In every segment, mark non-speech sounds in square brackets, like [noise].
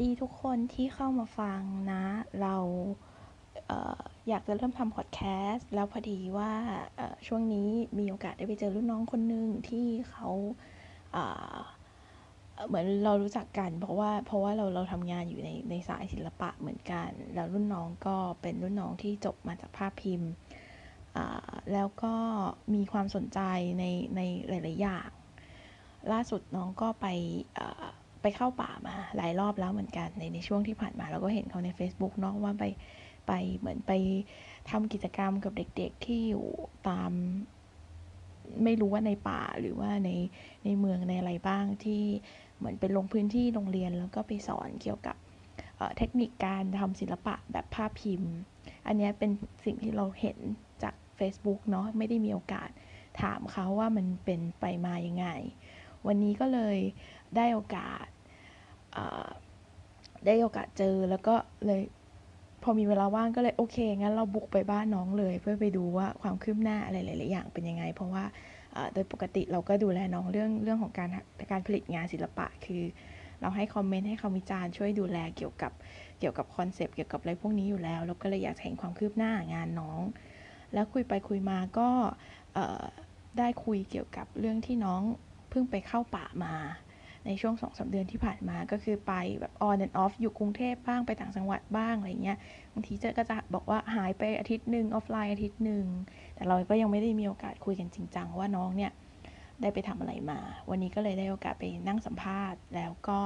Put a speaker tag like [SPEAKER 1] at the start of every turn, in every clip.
[SPEAKER 1] ดีทุกคนที่เข้ามาฟังนะ เราเอออยากจะเริ่มทำพอดแคสต์แล้วพอดีว่าเอ่อช่วงนี้มีโอกาสได้ไปเจอรุ่นน้องคนหนึ่งที่เขาเอ่อเอ่อเหมือนเรารู้จักกัน เพราะว่าเพราะว่าเราเราทำงานอยู่ในในสายศิลปะเหมือนกัน แล้วรุ่นน้องก็เป็นรุ่นน้องที่จบมาจากภาพพิมพ์อ่าแล้วก็มีความสนใจในในหลาย ๆ อย่าง ล่าสุดน้องก็ไปเอ่อไปเข้าป่ามาหลายรอบแล้วเหมือนกันในในช่วงที่ผ่านมาเราก็เห็นเขาใน Facebook เนาะว่าไปไปเหมือนไปทำกิจกรรมกับเด็กๆที่อยู่ตาม ไม่รู้ว่าในป่าหรือว่าในในเมืองในอะไรบ้างที่เหมือนเป็นลงพื้นที่โรงเรียนแล้วก็ไปสอนเกี่ยวกับเอ่อเทคนิคการทำศิลปะแบบภาพพิมพ์ อันเนี้ยเป็นสิ่งที่เราเห็นจาก Facebook เนาะไม่ได้มีโอกาสถามเขาว่ามันเป็นไปมายังไง วันนี้ก็เลยได้โอกาสเอ่อได้โอกาสเจอแล้วก็เลยพอมีเวลาว่างก็เลยโอเคงั้นเราบุกไปบ้านน้องเลย เพื่อไปดูว่าความคืบหน้าอะไรหลายๆอย่างเป็นยังไง เพราะว่าเอ่อโดยปกติเราก็ดูแลน้องเรื่องเรื่องของการการผลิตงานศิลปะ คือเราให้คอมเมนต์ให้คำวิจารณ์ช่วยดูแลเกี่ยวกับเกี่ยวกับคอนเซปต์เกี่ยวกับอะไรพวกนี้อยู่แล้วแล้วก็เลยอยากจะเห็นความคืบหน้างานน้อง แล้วคุยไปคุยมาก็เอ่อได้คุยเกี่ยวกับเรื่องที่น้อง เพิ่งไปเข้าป่ามาในช่วงสองสามเดือนที่ผ่านมาก็คือไปแบบ on and off อยู่กรุงเทพบ้างไปต่างจังหวัดบ้างอะไรเงี้ยบางทีเจอก็จะบอกว่าหายไปอาทิตย์หนึ่งออฟไลน์อาทิตย์หนึ่งแต่เราก็ยังไม่ได้มีโอกาสคุยกันจริงจังว่าน้องเนี่ยได้ไปทำอะไรมา วันนี้ก็เลยได้โอกาสไปนั่งสัมภาษณ์ แล้วก็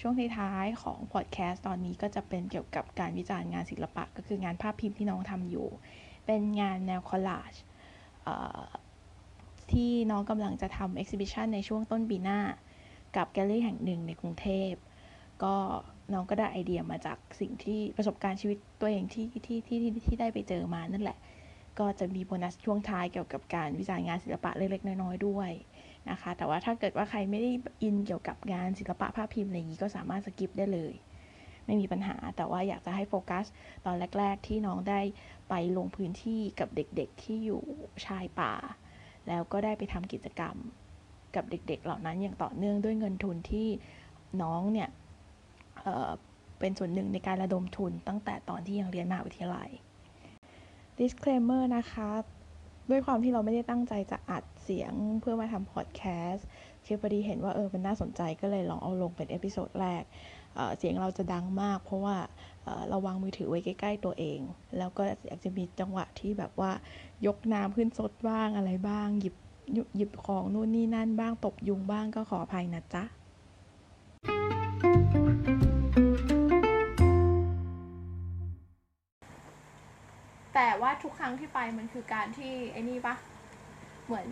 [SPEAKER 1] ช่วงท้ายๆของพอดแคสต์ตอนนี้ก็จะเป็นเกี่ยวกับการวิจารณ์งานศิลปะ ก็คืองานภาพพิมพ์ที่น้องทำอยู่ เป็นงานแนวคอลลาจ ที่น้องกำลังจะทำ e อ h i b i t i o n ในช่วงต้นปีหน้า กับแกลเลอรี่แห่งหนึ่งในกรุงเทพ ก็น้องก็ได้ไอเดียมาจากสิ่งที่ประสบการณ์ชีวิตตัวเองที่ที่ที่ที่ที่ได้ไปเจอมานั่นแหละ ก็จะมีโบนัสช่วงท้ายเกี่ยวกับการวิจารณ์งานศิลปะเล็กๆน้อยๆด้วยนะคะ แต่ว่าถ้าเกิดว่าใครไม่ได้อินเกี่ยวกับงานศิลปะภาพพิมพ์อะไรอย่างนี้ก็สามารถสกิปได้เลย ไม่มีปัญหาแต่ว่าอยากจะให้โฟกัส ตอนแรก ๆ ที่น้องได้ไปลงพื้นที่กับเด็กๆที่อยู่ชายป่า แล้วก็ได้ไปทำกิจกรรมกับเด็กๆ เหล่านั้นอย่างต่อเนื่องด้วยเงินทุนที่น้องเนี่ยเอ่อเป็นส่วนหนึ่งในการระดมทุนตั้งแต่ตอนที่ยังเรียนมหาวิทยาลัย disclaimer นะคะ ด้วยความที่เราไม่ได้ตั้งใจจะอัดเสียงเพื่อมาทำพอดแคสต์คือพอดีเห็นว่าเออมันน่าสนใจก็เลยลองเอาลงเป็นเอพิโซดแรกเอ่อเสียงเราจะดังมาก เพราะว่าเอ่อเราวางมือถือไว้ใกล้ๆตัวเอง แล้วก็อาจจะมีจังหวะที่แบบว่ายกน้ำขึ้นสดบ้างอะไรบ้างหยิบ หยิบของนู่นนี่นั่นบ้างตบยุงบ้างก็ขออภัยนะจ๊ะ
[SPEAKER 2] แต่ว่าทุกครั้งที่ไปมันคือการที่ไอ้นี่ปะเหมือน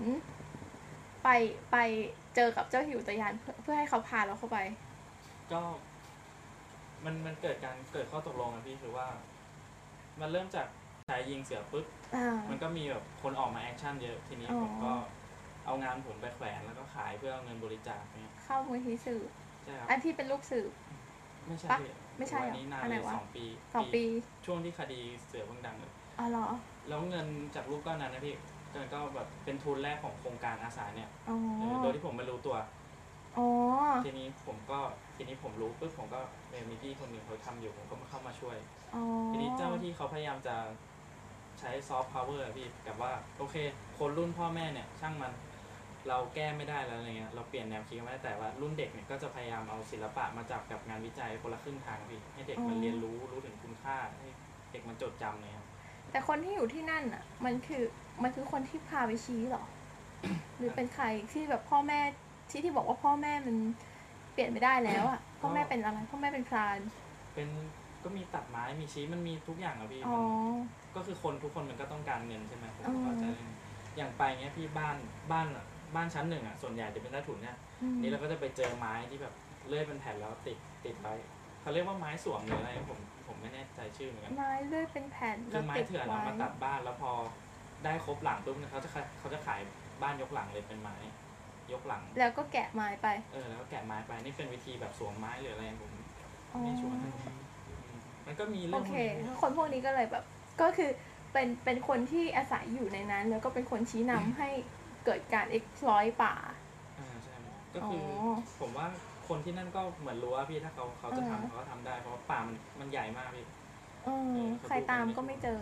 [SPEAKER 2] ไปไปเจอกับเจ้าหิวตะยานเพื่อเพื่อให้เขาพาเราเข้าไป
[SPEAKER 3] ก็มันมันเกิดการเกิดข้อตกลงกันพี่คือว่า มันเริ่มจากชายยิงเสือปุ๊บ
[SPEAKER 2] อ่า
[SPEAKER 3] มันก็มีแบบคนออกมาแอคชั่นเยอะทีนี้
[SPEAKER 2] อ๋อ
[SPEAKER 3] ผมก็เอางานผมไปแขวนแล้วก็ขายเพื่อเอาเงินบริจาคเนี่ย
[SPEAKER 2] เข้ามูลที่สืบ
[SPEAKER 3] ใช่ครับ
[SPEAKER 2] อันที่เป็นลูกสืบ
[SPEAKER 3] ไม่ใช่
[SPEAKER 2] ปะ
[SPEAKER 3] พี่
[SPEAKER 2] ไม่ใช่
[SPEAKER 3] วั
[SPEAKER 2] เหรอ
[SPEAKER 3] นี้นาน
[SPEAKER 2] อันไห
[SPEAKER 3] เลยว
[SPEAKER 2] นะ
[SPEAKER 3] สองปี
[SPEAKER 2] สองปี
[SPEAKER 3] ช่วงที่คดีเสือเพิ่งดังเลย
[SPEAKER 2] อ๋อเหรอ
[SPEAKER 3] แล้วเงินจากลูกก้อนนั้นนะพี่ก็ก็แบบเป็นทุนแรกของโครงการอาสาเนี่ย
[SPEAKER 2] อ๋อ
[SPEAKER 3] เออโดยที่ผมไม่รู้ตัว
[SPEAKER 2] อ๋อ
[SPEAKER 3] ทีนี้ผมก็ทีนี้ผมรู้ปุ๊บผมก็เออมีพี่คนหนึ่งเขาทำอยู่ผมก็มาเข้ามาช่วย
[SPEAKER 2] อ๋อ
[SPEAKER 3] ทีนี้เจ้าหน้าที่เขาพยายามจะใช้ซอฟต์พาวเวอร์พี่แบบว่า โอเค คนรุ่นพ่อแม่เนี่ย ช่างมันเราแก้ไม่ได้แล้วอะไรเงี้ยเราเปลี่ยนแนวคิดไม่ได้แต่ว่ารุ่นเด็กเนี่ยก็จะพยายามเอาศิลปะมาจับกับงานวิจัยคนละครึ่งทางพี่ให้เด็กมันเรียนรู้รู้ถึงคุณค่าให้เด็กมันจดจำเนี่ยครับ
[SPEAKER 2] แต่คนที่อยู่ที่นั่นอ่ะ มันคือมันคือคนที่พาไปชี้เหรอ หรือเป็นใครที่แบบพ่อแม่ที่ที่บอกว่าพ่อแม่มันเปลี่ยนไม่ได้แล้วอ่ะพ่อแม่เป็นอะไรพ่อแม่เป็นพราน
[SPEAKER 3] เป็นก็มีตัดไม้มีชี้มันมีทุกอย่างอะพี่
[SPEAKER 2] อ๋
[SPEAKER 3] มั
[SPEAKER 2] อ
[SPEAKER 3] นก็คือคนทุกคนมันก็ต้องการเงินใช่ไหมผมก็เข้าใจเรื่องนี้อย่างไปเงี้ยพี่บ้านบ้านอะบ้านชั้นหนึ่งอะส่วนใหญ่จะเป็นใต้ถุนเนี่ย นี่เราก็จะไปเจอไม้ที่แบบเลื่อยเป็นแผ่นแล้วติดติดไว้เขาเรียกว่าไม้สวมหรืออะไรผมผมไม่แน่ใจชื่อเหมือนกัน
[SPEAKER 2] ไม้เลื่อยเป็นแผ่น
[SPEAKER 3] คื
[SPEAKER 2] แล้
[SPEAKER 3] อ
[SPEAKER 2] ว
[SPEAKER 3] ไม้
[SPEAKER 2] ติด
[SPEAKER 3] เถื่อน
[SPEAKER 2] ไว้
[SPEAKER 3] เอามาตัดบ้านแล้วพอได้ครบหลังปุ๊บเนี่ยเขาจะขายเขาจะขายบ้านยกหลังเลยเป็นไม้ ยกหลัง
[SPEAKER 2] แล้วก็แกะไม้ไป
[SPEAKER 3] เออแล้วก็แกะไม้ไปนี่เป็นวิธีแบบสวมไม้หรืออะไรผม
[SPEAKER 2] อ๋อ
[SPEAKER 3] ไม่ชัวร์นะมันก็มี
[SPEAKER 2] โอ
[SPEAKER 3] เรื่องพ
[SPEAKER 2] เค
[SPEAKER 3] วกนี้
[SPEAKER 2] คนพวกนี้ก็เลยแบบ ก็คือเป็นเป็นคนที่อาศัยอยู่ในนั้น แล้วก็เป็นคนชี้นำให้เกิดการ exploit ป่า
[SPEAKER 3] อ่าใช่ก็คืออ
[SPEAKER 2] อ
[SPEAKER 3] ผมว่า คนที่นั่นก็เหมือนรู้ว่าพี่ถ้าเขาเขาจะ
[SPEAKER 2] อ่า
[SPEAKER 3] ทำเขาก็ทำได้ เพราะว่าป่ามันมันใหญ่มากพี่
[SPEAKER 2] เออใครตามก็ไม่เจอ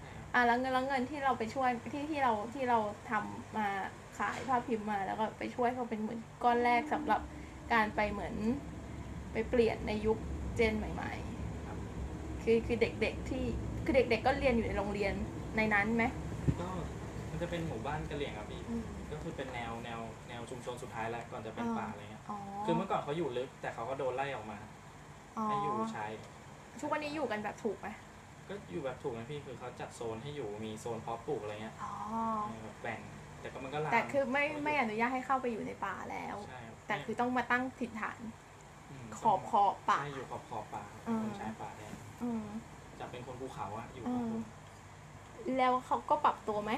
[SPEAKER 3] ใช่ครับ
[SPEAKER 2] อ่ะแล้วเงินแล้วเงินที่เราไปช่วยที่ที่เราที่เราทำมาขายภาพพิมพ์มาแล้วก็ไปช่วยเขาเป็นเหมือนก้อนแรกสำหรับการไปเหมือน ไปเปลี่ยนในยุคเจนใหม่
[SPEAKER 3] ครับ
[SPEAKER 2] ๆ คือคือเด็กๆที่คือเด็ก ๆ ก็เรียนอยู่ในโรงเรียนในนั้นไหม
[SPEAKER 3] ก็มันจะเป็นหมู่บ้านกะเหรี่ยงครับพี่ ก็คือเป็นแนวแนวแนวชุมชนสุดท้ายแล้วก่อนจะเป็นป่าอะไรเงี้ย
[SPEAKER 2] อ๋อ
[SPEAKER 3] คือเมื่อก่อนเขาอยู่ลึกแต่เขาก็โดนไล่ออกมา
[SPEAKER 2] อ๋อ
[SPEAKER 3] ให้อยู่ชาย
[SPEAKER 2] ทุกวันนี้อยู่กันแบบถูกไหม
[SPEAKER 3] ก็อยู่แบบถูกนะพี่คือเขาจัดโซนให้อยู่มีโซนเพาะปลูกอะไรเงี้ย
[SPEAKER 2] อ๋อ
[SPEAKER 3] แบบแบ่งแต่ก็มันก็ลาม
[SPEAKER 2] แต่คือไม่ไม่อนุญาตให้เข้าไปอยู่ในป่าแล้ว
[SPEAKER 3] ใช่รับ
[SPEAKER 2] แต่คือต้องมาตั้งถิ่นฐาน
[SPEAKER 3] ม
[SPEAKER 2] ขอบขอบป่า
[SPEAKER 3] ใช่อยู่ขอบขอบป่าครับ
[SPEAKER 2] อ่า
[SPEAKER 3] คนชายป่าแทน
[SPEAKER 2] อืม
[SPEAKER 3] จะเป็นคนภูเขาอะอยู่
[SPEAKER 2] อ่า
[SPEAKER 3] กับคน
[SPEAKER 2] แล้วเขาก็ปรับตัวไหม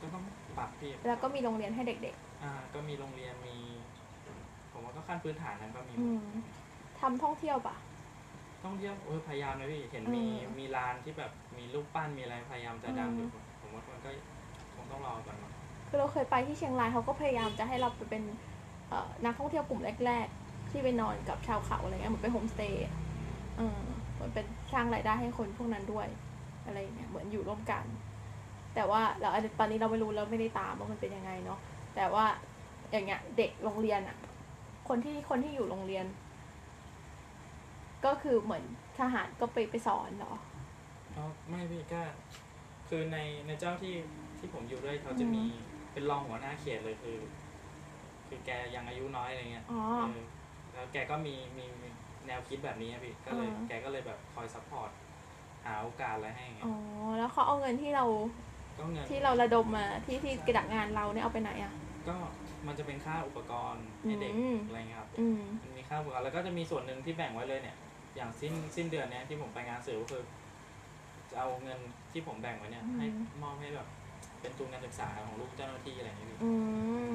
[SPEAKER 3] ก็ต้องปรับพี่
[SPEAKER 2] แล้วก็มีโรงเรียนให้เด็ก
[SPEAKER 3] อ่าก็มีโรงเรียนมี ผมว่าก็ขั้นพื้นฐานนั้นก็มี
[SPEAKER 2] อืม ๆ ทำท่องเที่ยวปะ
[SPEAKER 3] ท่องเที่ยวเออพยายามนะพี่เห็น
[SPEAKER 2] เออ
[SPEAKER 3] มีมีร้านที่แบบมีรูปปั้นมีอะไรพยายามจะดัง
[SPEAKER 2] เออ
[SPEAKER 3] อ
[SPEAKER 2] อ
[SPEAKER 3] ยู่ผมว่ามันก็คงต้องรอก่อนเนอะ
[SPEAKER 2] คือเราเคยไปที่เชียงรายเขาก็พยายามจะให้เราไปเป็นเอ่อนักท่องเที่ยวกลุ่มแรก ๆ ที่ไปนอนกับชาวเขาอะไรเงี้ยเหมือนเป็นโฮมสเตย์อะเออเหมือนเป็นสร้างรายได้ให้คนพวกนั้นด้วยอะไรเงี้ยเหมือนอยู่ร่วมกัน แต่ว่าเราอาจจะตอนนี้เราไม่รู้เราไม่ได้ตามว่ามันเป็นยังไงเนาะแต่ว่าอย่างเงี้ยเด็กโรงเรียนอ่ะ คนที่คนที่อยู่โรงเรียน ก็คือเหมือนทหารก็ไปไปสอนเหรอ
[SPEAKER 3] ก็ไม่พี่ก็คือในในเจ้าที่ที่ผมอยู่ด้วยเขาจะ
[SPEAKER 2] อืม
[SPEAKER 3] มีเป็นรองหัวหน้าเขตเลยคือ คือแกยังอายุน้อยอะไรเงี้ย
[SPEAKER 2] อ๋อ
[SPEAKER 3] เออแล้วแกก็มีมีมีแนวคิดแบบนี้อะพี่ก็เลย
[SPEAKER 2] อ่า
[SPEAKER 3] แกก็เลยแบบคอยซัพพอร์ตหาโอกาสอะไรให้ไง
[SPEAKER 2] อ๋อแล้วเขาเอาเงินที่เรา
[SPEAKER 3] ก็เงิน
[SPEAKER 2] ที่เราระดมมาที่ที่กระดักงานเราเนี่ยเอาไปไหนอ่ะ
[SPEAKER 3] ก็มันจะเป็นค่าอุปกรณ์ให้เด็ก
[SPEAKER 2] อืม
[SPEAKER 3] อะไรเงี้ยครับ
[SPEAKER 2] อืม
[SPEAKER 3] มันมีค่าอุปกรณ์แล้วก็จะมีส่วนหนึ่งที่แบ่งไว้เลยเนี่ย อย่างสิ้นสิ้นเดือนเนี่ยที่ผมไปงานสื่อก็คือ จะเอาเงินที่ผมแบ่งไว้เนี่ย
[SPEAKER 2] อืม
[SPEAKER 3] ให้มอบให้แบบ เป็นทุนการศึกษาของลูกเจ้าหน้าที่อะไรอย่างเงี้ยพี่
[SPEAKER 2] อื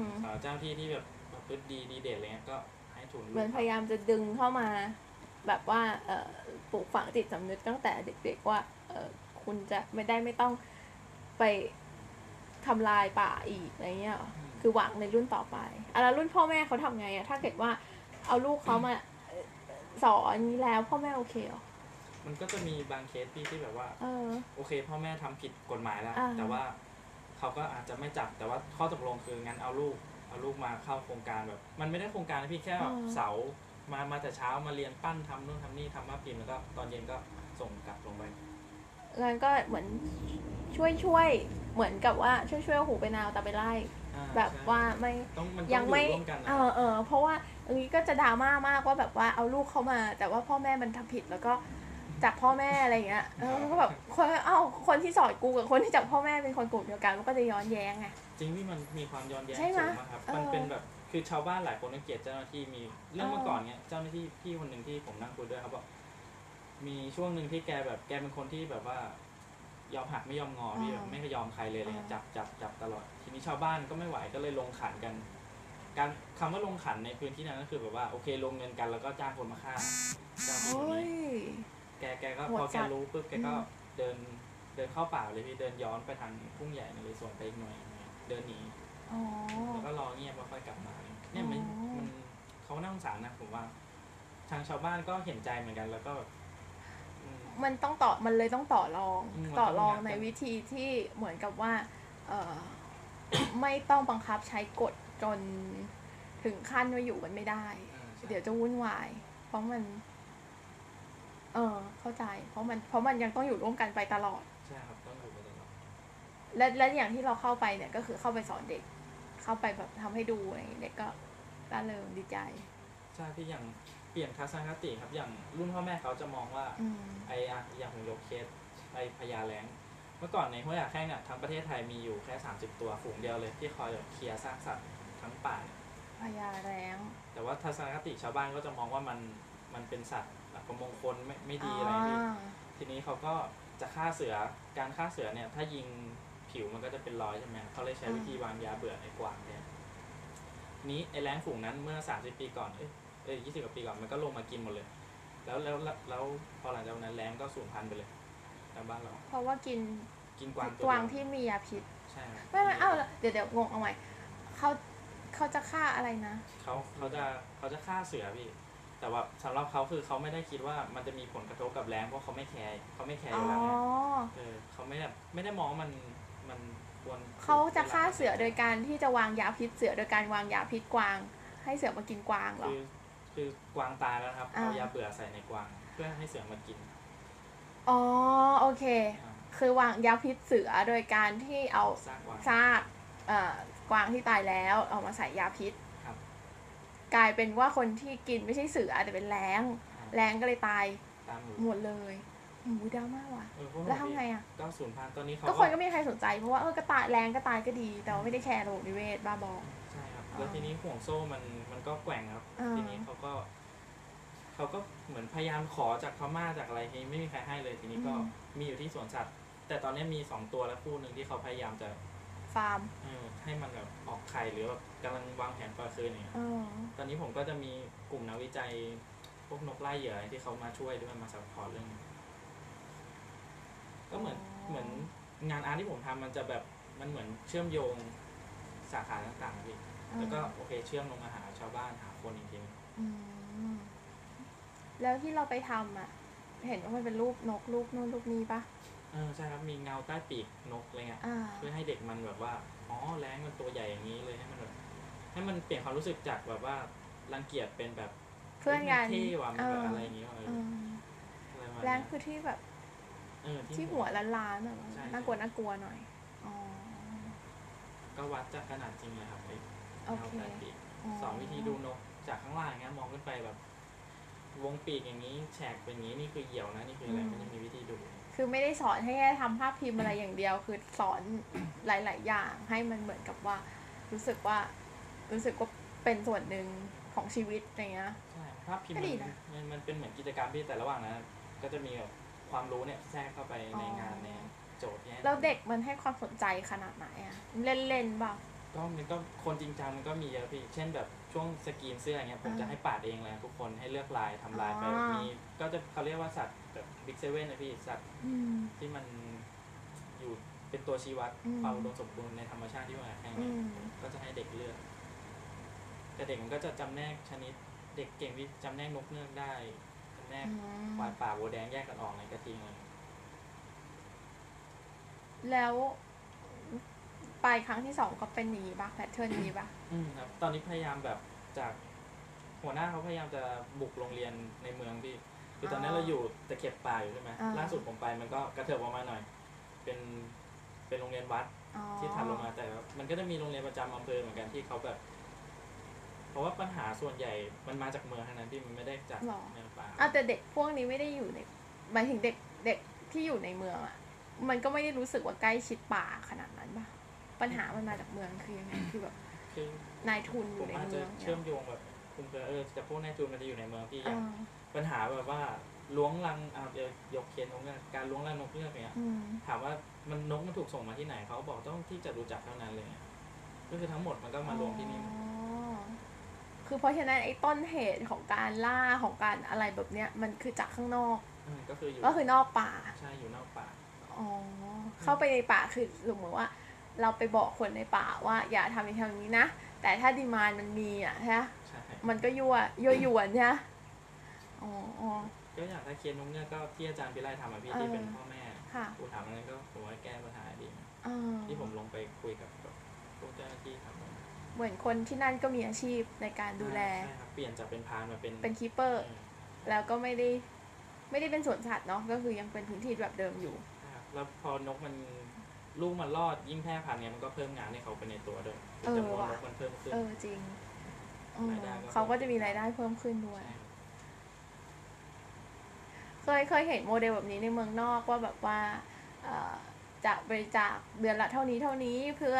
[SPEAKER 2] ม
[SPEAKER 3] สาวเจ้าหน้าที่ที่แบบประพฤติดีดีเด่นอะไรเงี้ยก็ให้ทุนลูก
[SPEAKER 2] เหมือนพยายามจะดึงเข้ามา แบบว่าเอ่อปลูกฝังจิตสำนึกตั้งแต่เด็กๆว่าเอ่อคุณจะไม่ได้ไม่ต้องไปทำลายป่าอีกอะไรเงี้ยเหรอคือหวังในรุ่นต่อไปอะแล้วรุ่นพ่อแม่เขาทำไงอะถ้าเกิดว่าเอาลูกเขามาเอ่อสอนอย่างนี้แล้วพ่อแม่โอเคเหรอ
[SPEAKER 3] มันก็จะมีบางเคสพี่ที่แบบว่า
[SPEAKER 2] เออ
[SPEAKER 3] โอเค พ่อแม่ทำผิดกฎหมายแล้ว
[SPEAKER 2] อ่า
[SPEAKER 3] แต่ว่าเขาก็อาจจะไม่จับแต่ว่าข้อตกลงคืองั้นเอาลูกเอาลูกมาเข้าโครงการแบบ มันไม่ได้โครงการนะพี่แค่แบบเสาร์มามาแต่เช้ามาเรียนปั้นทำนู่นทำนี่ทำมาพิมพ์แล้วก็ตอนเย็นก็ส่งกลับลงไป
[SPEAKER 2] งั้นก็เหมือนช่วยช่วยๆเหมือนกับว่าช่วยช่วยๆเอาหูไปนาวตาไปไล่
[SPEAKER 3] อ่า
[SPEAKER 2] แบบ
[SPEAKER 3] ใช่
[SPEAKER 2] ว่าไม่
[SPEAKER 3] ต้องมันต้
[SPEAKER 2] ยั
[SPEAKER 3] อง ง
[SPEAKER 2] ไม่
[SPEAKER 3] อยู่ร่วมกันนะ
[SPEAKER 2] เออเออเพราะว่าอันนี้ก็จะดราม่ามากว่าแบบว่าเอาลูกเขามา แต่ว่าพ่อแม่มันทำผิดแล้วก็จับพ่อแม่อะไรอย่างเงี้ยเออก็แบบคนเอ้าคนที่สอนกูกับคนที่จับพ่อแม่เป็นคนกลุ่มเดียวกันมันก็จะย้อนแย้งไง
[SPEAKER 3] จริงที่มันมีความย้อนแย้ง
[SPEAKER 2] ใช่ไหม
[SPEAKER 3] สูงมากครับมัน
[SPEAKER 2] เออ
[SPEAKER 3] เป็นแบบคือชาวบ้านหลายคนก็เกลียดเจ้าหน้าที่มีเรื่อง
[SPEAKER 2] เออ
[SPEAKER 3] เมื่อก่อนเนี้ยเจ้าหน้าที่พี่คนหนึ่งที่ผมนั่งคุยด้วยเขาบอกมีช่วงหนึ่งที่แกแบบแกเป็นคนที่แบบว่า ยอมหักไม่ยอมงอพี่แบบไม่ยอมใครเลยอะไรเลย
[SPEAKER 2] อ่า
[SPEAKER 3] จับจับจับตลอด ทีนี้ชาวบ้านก็ไม่ไหวก็เลยลงขันกัน การคำว่าลงขันในพื้นที่นั้นก็คือแบบว่าโอเคลงเงินกันแล้วก็จ้างคนมาฆ่าจ้างคนมา
[SPEAKER 2] โอ้ย
[SPEAKER 3] นี้แกแกก็
[SPEAKER 2] โหด
[SPEAKER 3] พอแก
[SPEAKER 2] จัด
[SPEAKER 3] รู้ปุ๊บแกก็เดินเดินเข้าป่าเลยพี่เดินย้อนไปทางทุ่งใหญ่ในเลยสวนไปอีกหน่อยเดินหนี
[SPEAKER 2] อ๋อ
[SPEAKER 3] แล้วก็รอเงียบแล้วค่อยกลับมาเนี่ยมัน
[SPEAKER 2] อ๋อ
[SPEAKER 3] มันเขาน่าสงสารนะผมว่า ทางชาวบ้านก็เห็นใจเหมือนกัน แล้วก็แบบอืม
[SPEAKER 2] มันต้องต่อมันเลยต้องต่อรอง
[SPEAKER 3] อืม
[SPEAKER 2] ต่อรอง
[SPEAKER 3] มันต้องงัดกัน
[SPEAKER 2] ในวิธีที่เหมือนกับว่าเออ [coughs] ไม่ต้องบังคับใช้กฎจนถึงขั้นว่าอยู่กันไม่ได้
[SPEAKER 3] อ่าใช่
[SPEAKER 2] เดี๋ยวจะวุ่นวาย เพราะมัน เออ เข้าใจ เพราะมัน เพราะมันยังต้องอยู่ร่วมกันไปตลอด
[SPEAKER 3] ใช่ครับต้องอยู่กันตลอด
[SPEAKER 2] และและอย่างที่เราเข้าไปเนี่ย ก็คือเข้าไปสอนเด็ก เข้าไปแบบทำให้ดูอะไรอย่างเงี้ยเด็กก็ร่าเริงดีใจ
[SPEAKER 3] ใช่พี่อย่างเปลี่ยนทัศนคติครับอย่างรุ่นพ่อแม่เขาจะมองว่า
[SPEAKER 2] อืม
[SPEAKER 3] ไออะอย่างผมยกเคสไอพญาแรงเมื่อก่อนในห้วยหยากแข้งเนี่ยทั้งประเทศไทยมีอยู่แค่ 30 ตัวฝูงเดียวเลยที่คอยแบบเคลียร์ซากสัตว์ทั้งป่าเนี่ย
[SPEAKER 2] พยาแรง
[SPEAKER 3] แต่ว่าทัศนคติชาวบ้านก็จะมองว่ามันมันเป็นสัตว์แบบมงคลไม่ไม่ดีอะไรพี่ ทีนี้เขาก็จะฆ่าเสือ การฆ่าเสือเนี่ย ถ้ายิงผิวมันก็จะเป็นรอยใช่ไหมเขาเลยใช้
[SPEAKER 2] อ่า
[SPEAKER 3] วิธีวางยาเบื่อในกวางเนี่ยทีนี้ไอ้แรงฝูงนั้นเมื่อสามสิบปีก่อน เอ้ยเอ้ยยี่สิบกว่าปีก่อนมันก็ลงมากินหมดเลย แล้วแล้วแล้วแล้วพอหลังจากนั้นแรงก็สูญพันธุ์ไปเลยตามบ้านเรา
[SPEAKER 2] เพราะว่ากิน
[SPEAKER 3] กินกวาง
[SPEAKER 2] กวางที่มียาพิษ
[SPEAKER 3] ใช่ครับ
[SPEAKER 2] ไม่ไม่เอ้าเดี๋ยวเดี๋ยวงงเอาใหม่เขาเขาจะฆ่าอะไรนะ
[SPEAKER 3] เขาเขาจะเขาจะฆ่าเสือพี่ แต่ว่าสำหรับเขาคือเขาไม่ได้คิดว่ามันจะมีผลกระทบกับแรงเพราะเขาไม่แคร์เขาไม่แคร์
[SPEAKER 2] อ๋อ
[SPEAKER 3] อ
[SPEAKER 2] ยู่
[SPEAKER 3] แล้วไงเออเขาไม่ได้ไม่ได้มองว่ามันมันควร
[SPEAKER 2] เขาจะฆ่าเสือโดยการที่จะวางยาพิษเสือโดยการวางยาพิษกวาง ให้เสือมากินกวางเหรอ
[SPEAKER 3] คือคือกวางตายแล้วนะครับ
[SPEAKER 2] อ่า
[SPEAKER 3] เอายาเบื่อใส่ในกวาง เพื่อให้เสือมากิน
[SPEAKER 2] อ๋อโอเค
[SPEAKER 3] อ่า
[SPEAKER 2] คือวางยาพิษเสือโดยการที่เอา
[SPEAKER 3] ซากกวาง
[SPEAKER 2] ซากเอ่อกวางที่ตายแล้วเอามาใส่ยาพิษ
[SPEAKER 3] ครับ
[SPEAKER 2] กลายเป็นว่าคนที่กินไม่ใช่เสือแต่เป็นแรงแรงก็เลยตาย
[SPEAKER 3] ตามอยู่
[SPEAKER 2] หมดเลยหูดราม่าว่ะ
[SPEAKER 3] เออเพราะ
[SPEAKER 2] แล้วทำไงอ่ะ
[SPEAKER 3] เก้าศูนย์พันตอนนี้เขา
[SPEAKER 2] ก็คนก็ไม่มีใครสนใจ เพราะว่าเออก็ตายแรงก็ตายก็ดี แต่ว่าไม่ได้แคร์ระบบนิเวศบ้าบอ
[SPEAKER 3] ใช่ครับ
[SPEAKER 2] อ๋อ
[SPEAKER 3] แล้วทีนี้ห่วงโซ่มันมันก็แกว่งครับ
[SPEAKER 2] อ่า
[SPEAKER 3] ทีนี้เขาก็เขาก็เหมือนพยายามขอจากพม่าจากอะไรให้ไม่มีใครให้เลย ทีนี้ก็มีอยู่ที่สวนสัตว์ แต่ตอนนี้มีสองตัวแล้วคู่หนึ่งที่เขาพยายามจะ
[SPEAKER 2] ฟาร์ม
[SPEAKER 3] เออให้มันแบบออกไข่หรือแบบกำลังวางแผนปล่อยคืนเนี่ย
[SPEAKER 2] เออ
[SPEAKER 3] ตอนนี้ผมก็จะมีกลุ่มนักวิจัยพวกนกไล่เหยื่ออะไรที่เขามาช่วยด้วยมาซัพพอร์ตเรื่องนี้ก็เหมือนเหมือนงานอาร์ตที่ผมทำมันจะแบบมันเหมือนเชื่อมโยงสาขาต่างๆพี่ แล้วก็โอเคเชื่อมลงมาหาชาวบ้านหาคนอีกทีนึง
[SPEAKER 2] อืมแล้วที่เราไปทำอ่ะ เห็นว่ามันเป็นรูปนกรูปนู่นรูปนี้ปะ
[SPEAKER 3] เออใช่ครับมีเงาใต้ปีกนกอะไรเงี้ย
[SPEAKER 2] อ่า
[SPEAKER 3] เพื่อให้เด็กมันแบบว่าอ๋อแรงมันตัวใหญ่อย่างนี้เลยให้มันแบบให้มันเปลี่ยนความรู้สึกจากแบบว่ารังเกียจเป็นแบบ
[SPEAKER 2] เพื่อนกัน
[SPEAKER 3] ฮ้ยมัเท่ว่ะมันแบบอะไรอย่าง
[SPEAKER 2] เ
[SPEAKER 3] นี้ว่ะเอ
[SPEAKER 2] อ
[SPEAKER 3] อ
[SPEAKER 2] อ
[SPEAKER 3] อะไรประมาณ
[SPEAKER 2] แรง
[SPEAKER 3] เนี้ย
[SPEAKER 2] คือที่แบบ
[SPEAKER 3] เออ
[SPEAKER 2] ที่
[SPEAKER 3] ที่
[SPEAKER 2] หั
[SPEAKER 3] หั
[SPEAKER 2] ว
[SPEAKER 3] ว
[SPEAKER 2] ล้านๆแบบ
[SPEAKER 3] ใช่
[SPEAKER 2] น่ากลัวน่ากลัวหน่อยอ๋อ
[SPEAKER 3] ก็วัดจากขนาดจริงเลยครับไอ้
[SPEAKER 2] โอ
[SPEAKER 3] เงา
[SPEAKER 2] เค
[SPEAKER 3] ใต้ปีกสองวิธีดูนกจากข้างล่างอย่างเงี้ยมองขึ้นไปแบบ วงปีกอย่างนี้แฉกเป็นอย่างนี้นี่คือเหยี่ยวนะนี่คืออะไรมันจะมีวิธีดู
[SPEAKER 2] คือไม่ได้สอนให้แค่ทำภาพพิมพ์อะไรอย่างเดียว คือสอนหลาย ๆ อย่าง ให้มันเหมือนกับว่า รู้สึกว่า รู้สึกว่าเป็นส่วนหนึ่งของชีวิตอย่างเงี้ย
[SPEAKER 3] ใช่ภาพพิมพ์
[SPEAKER 2] ก็ดี
[SPEAKER 3] มั
[SPEAKER 2] นะ
[SPEAKER 3] นมันมันเป็นเหมือนกิจกรรมที่แต่ระหว่างนั้นก็จะมีแบบความรู้เนี่ยแทรกเข้าไปในงานในโจทย์เนี่ย
[SPEAKER 2] แล้วเด็กมันให้ความสนใจขนาดไหนอะเล่นเล่นๆเปล่า
[SPEAKER 3] ก็มันก็คนจริงจังมันก็มีเยอะพี่ เช่นแบบช่วงสกรีนเสื้ออย่างเงี้ยผม
[SPEAKER 2] อ่า
[SPEAKER 3] จะให้ปาดเองเลยทุกคนให้เลือกลายทำลายไป
[SPEAKER 2] อ๋อ
[SPEAKER 3] มีก็จะเขาเรียกว่าสัตว์แบบบิ๊กเซเว่นนะพี่สัตว์
[SPEAKER 2] อืม
[SPEAKER 3] ที่มันอยู่เป็นตัวชี้วัด
[SPEAKER 2] อืม
[SPEAKER 3] ความอุดมสมบูรณ์ในธรรมชาติที่ว่าแห่ง
[SPEAKER 2] อื
[SPEAKER 3] นี้
[SPEAKER 2] ม
[SPEAKER 3] ก็จะให้เด็กเลือก แต่เด็กมันก็จะจำแนกชนิด เด็กเก่งที่จำแนกนกเงือกได้จำแนก ควายป่าวัวแดงแยกกันออกในกระทิงเลย
[SPEAKER 2] แล้วไปครั้งที่สองก็เป็นอย่างนี้ปะแพทเทิร์นนี้ปะ
[SPEAKER 3] อืมครับ ตอนนี้พยายามแบบจากหัวหน้าเขาพยายามจะบุกโรงเรียนในเมืองพี่ คือตอนนั้นเราอยู่ตะเข็บป่าอยู่ใช่ไหมล่าสุดผมไปมันก็กระเถิบออกมาหน่อย เป็นเป็นโรงเรียนวัด
[SPEAKER 2] อ๋อ
[SPEAKER 3] ที่ถัดลงมาแต่ว่ามันก็จะมีโรงเรียนประจำอำเภอเหมือนกันที่เขาแบบ เพราะว่าปัญหาส่วนใหญ่มันมาจากเมืองทั้งนั้นพี่มันไม่ได้จาก
[SPEAKER 2] หรอ
[SPEAKER 3] เมืองป่า
[SPEAKER 2] อ่ะแต่เด็กพวกนี้ไม่ได้อยู่ในหมายถึงเด็กเด็กที่อยู่ในเมืองอ่ะ มันก็ไม่ได้รู้สึกว่าใกล้ชิดป่าขนาดนั้นปะปัญหามันมาจากเมืองคือยังไงคือแบบ
[SPEAKER 3] คือน
[SPEAKER 2] ายทุนอ
[SPEAKER 3] ผ
[SPEAKER 2] ยู่
[SPEAKER 3] ม
[SPEAKER 2] ใน
[SPEAKER 3] อาจจะ
[SPEAKER 2] เมือง
[SPEAKER 3] เชื่อมโยงแบบคุมเครือเออจะพวกนายจูนมันจะอยู่ในเมืองพี่อย่า
[SPEAKER 2] อ่าง
[SPEAKER 3] ปัญหาแบบว่าล้วงรังอ่าเดี๋ยวยกเคสนกเงือกการล้วงรังนกเงือกเนี่ย
[SPEAKER 2] อืม
[SPEAKER 3] ถามว่ามันนกมันถูกส่งมาที่ไหนเขาบอกต้องที่จะรู้จักเท่านั้นเลยเนี่ยก็คือทั้งหมดมันก็มารวมที่นี่หมด
[SPEAKER 2] อ๋อคือเพราะฉะนั้นไอ้ต้นเหตุของการล่าของการอะไรแบบเนี้ยมันคือจากข้างนอก
[SPEAKER 3] อืมก็คืออยู่
[SPEAKER 2] ก็คือนอกป่า
[SPEAKER 3] ใช่อยู่นอกป่า
[SPEAKER 2] อ๋อ เข้าไปในป่าคือสมมติว่า เราไปบอกคนในป่าว่าอย่าทำอย่างนี้ทำอย่างนี้นะ แต่ถ้าดีมานมันมีอ่ะฮะ
[SPEAKER 3] ใช่
[SPEAKER 2] มันก็ยั่วยั่วยวนใช่ไหมอ๋ออ๋อ
[SPEAKER 3] ก็อย่างถ้าเคสนกเงือกก็ที่อาจารย์พิไลทำอะพี่
[SPEAKER 2] เออ
[SPEAKER 3] ที่เป็นพ่อแม่
[SPEAKER 2] ค่ะ
[SPEAKER 3] กูถามอันนั้นก็ผมว่าแก้ปัญหาดีนะ
[SPEAKER 2] เอ่อ
[SPEAKER 3] ที่ผมลงไปคุยกับกับพวกเจ้าหน้าที่ครับ
[SPEAKER 2] เหมือนคนที่นั่นก็มีอาชีพในการดูแล
[SPEAKER 3] ใช่ครับเปลี่ยนจากเป็นพรานมาเป็น
[SPEAKER 2] เป็นคีเปอ
[SPEAKER 3] เอ
[SPEAKER 2] ร์
[SPEAKER 3] อ
[SPEAKER 2] แล้วก็ไม่ได้ ไม่ได้เป็นสวนสัตว์เนาะ ก็คือยังเป็นพื้นที่แบบเดิมอยู่
[SPEAKER 3] ใช่ครับแล้วพอนกมันลูกมันรอดยิ่งแพร่พันธุ์เนี่ยมันก็เพิ่มงานให้เขาไปในตัวด้วย
[SPEAKER 2] เออ
[SPEAKER 3] จำนวน
[SPEAKER 2] ว่ะ
[SPEAKER 3] นกมันเพิ่มขึ้น
[SPEAKER 2] เออจริงอืม
[SPEAKER 3] รายได้ก็
[SPEAKER 2] เขาก็จะมีรายได้เพิ่มขึ้นด้วย
[SPEAKER 3] ใช่
[SPEAKER 2] เคยเคยเห็นโมเดลแบบนี้ในเมืองนอกว่าแบบว่าเอ่อจะบริจาคเดือนละเท่านี้เท่านี้เพื่อ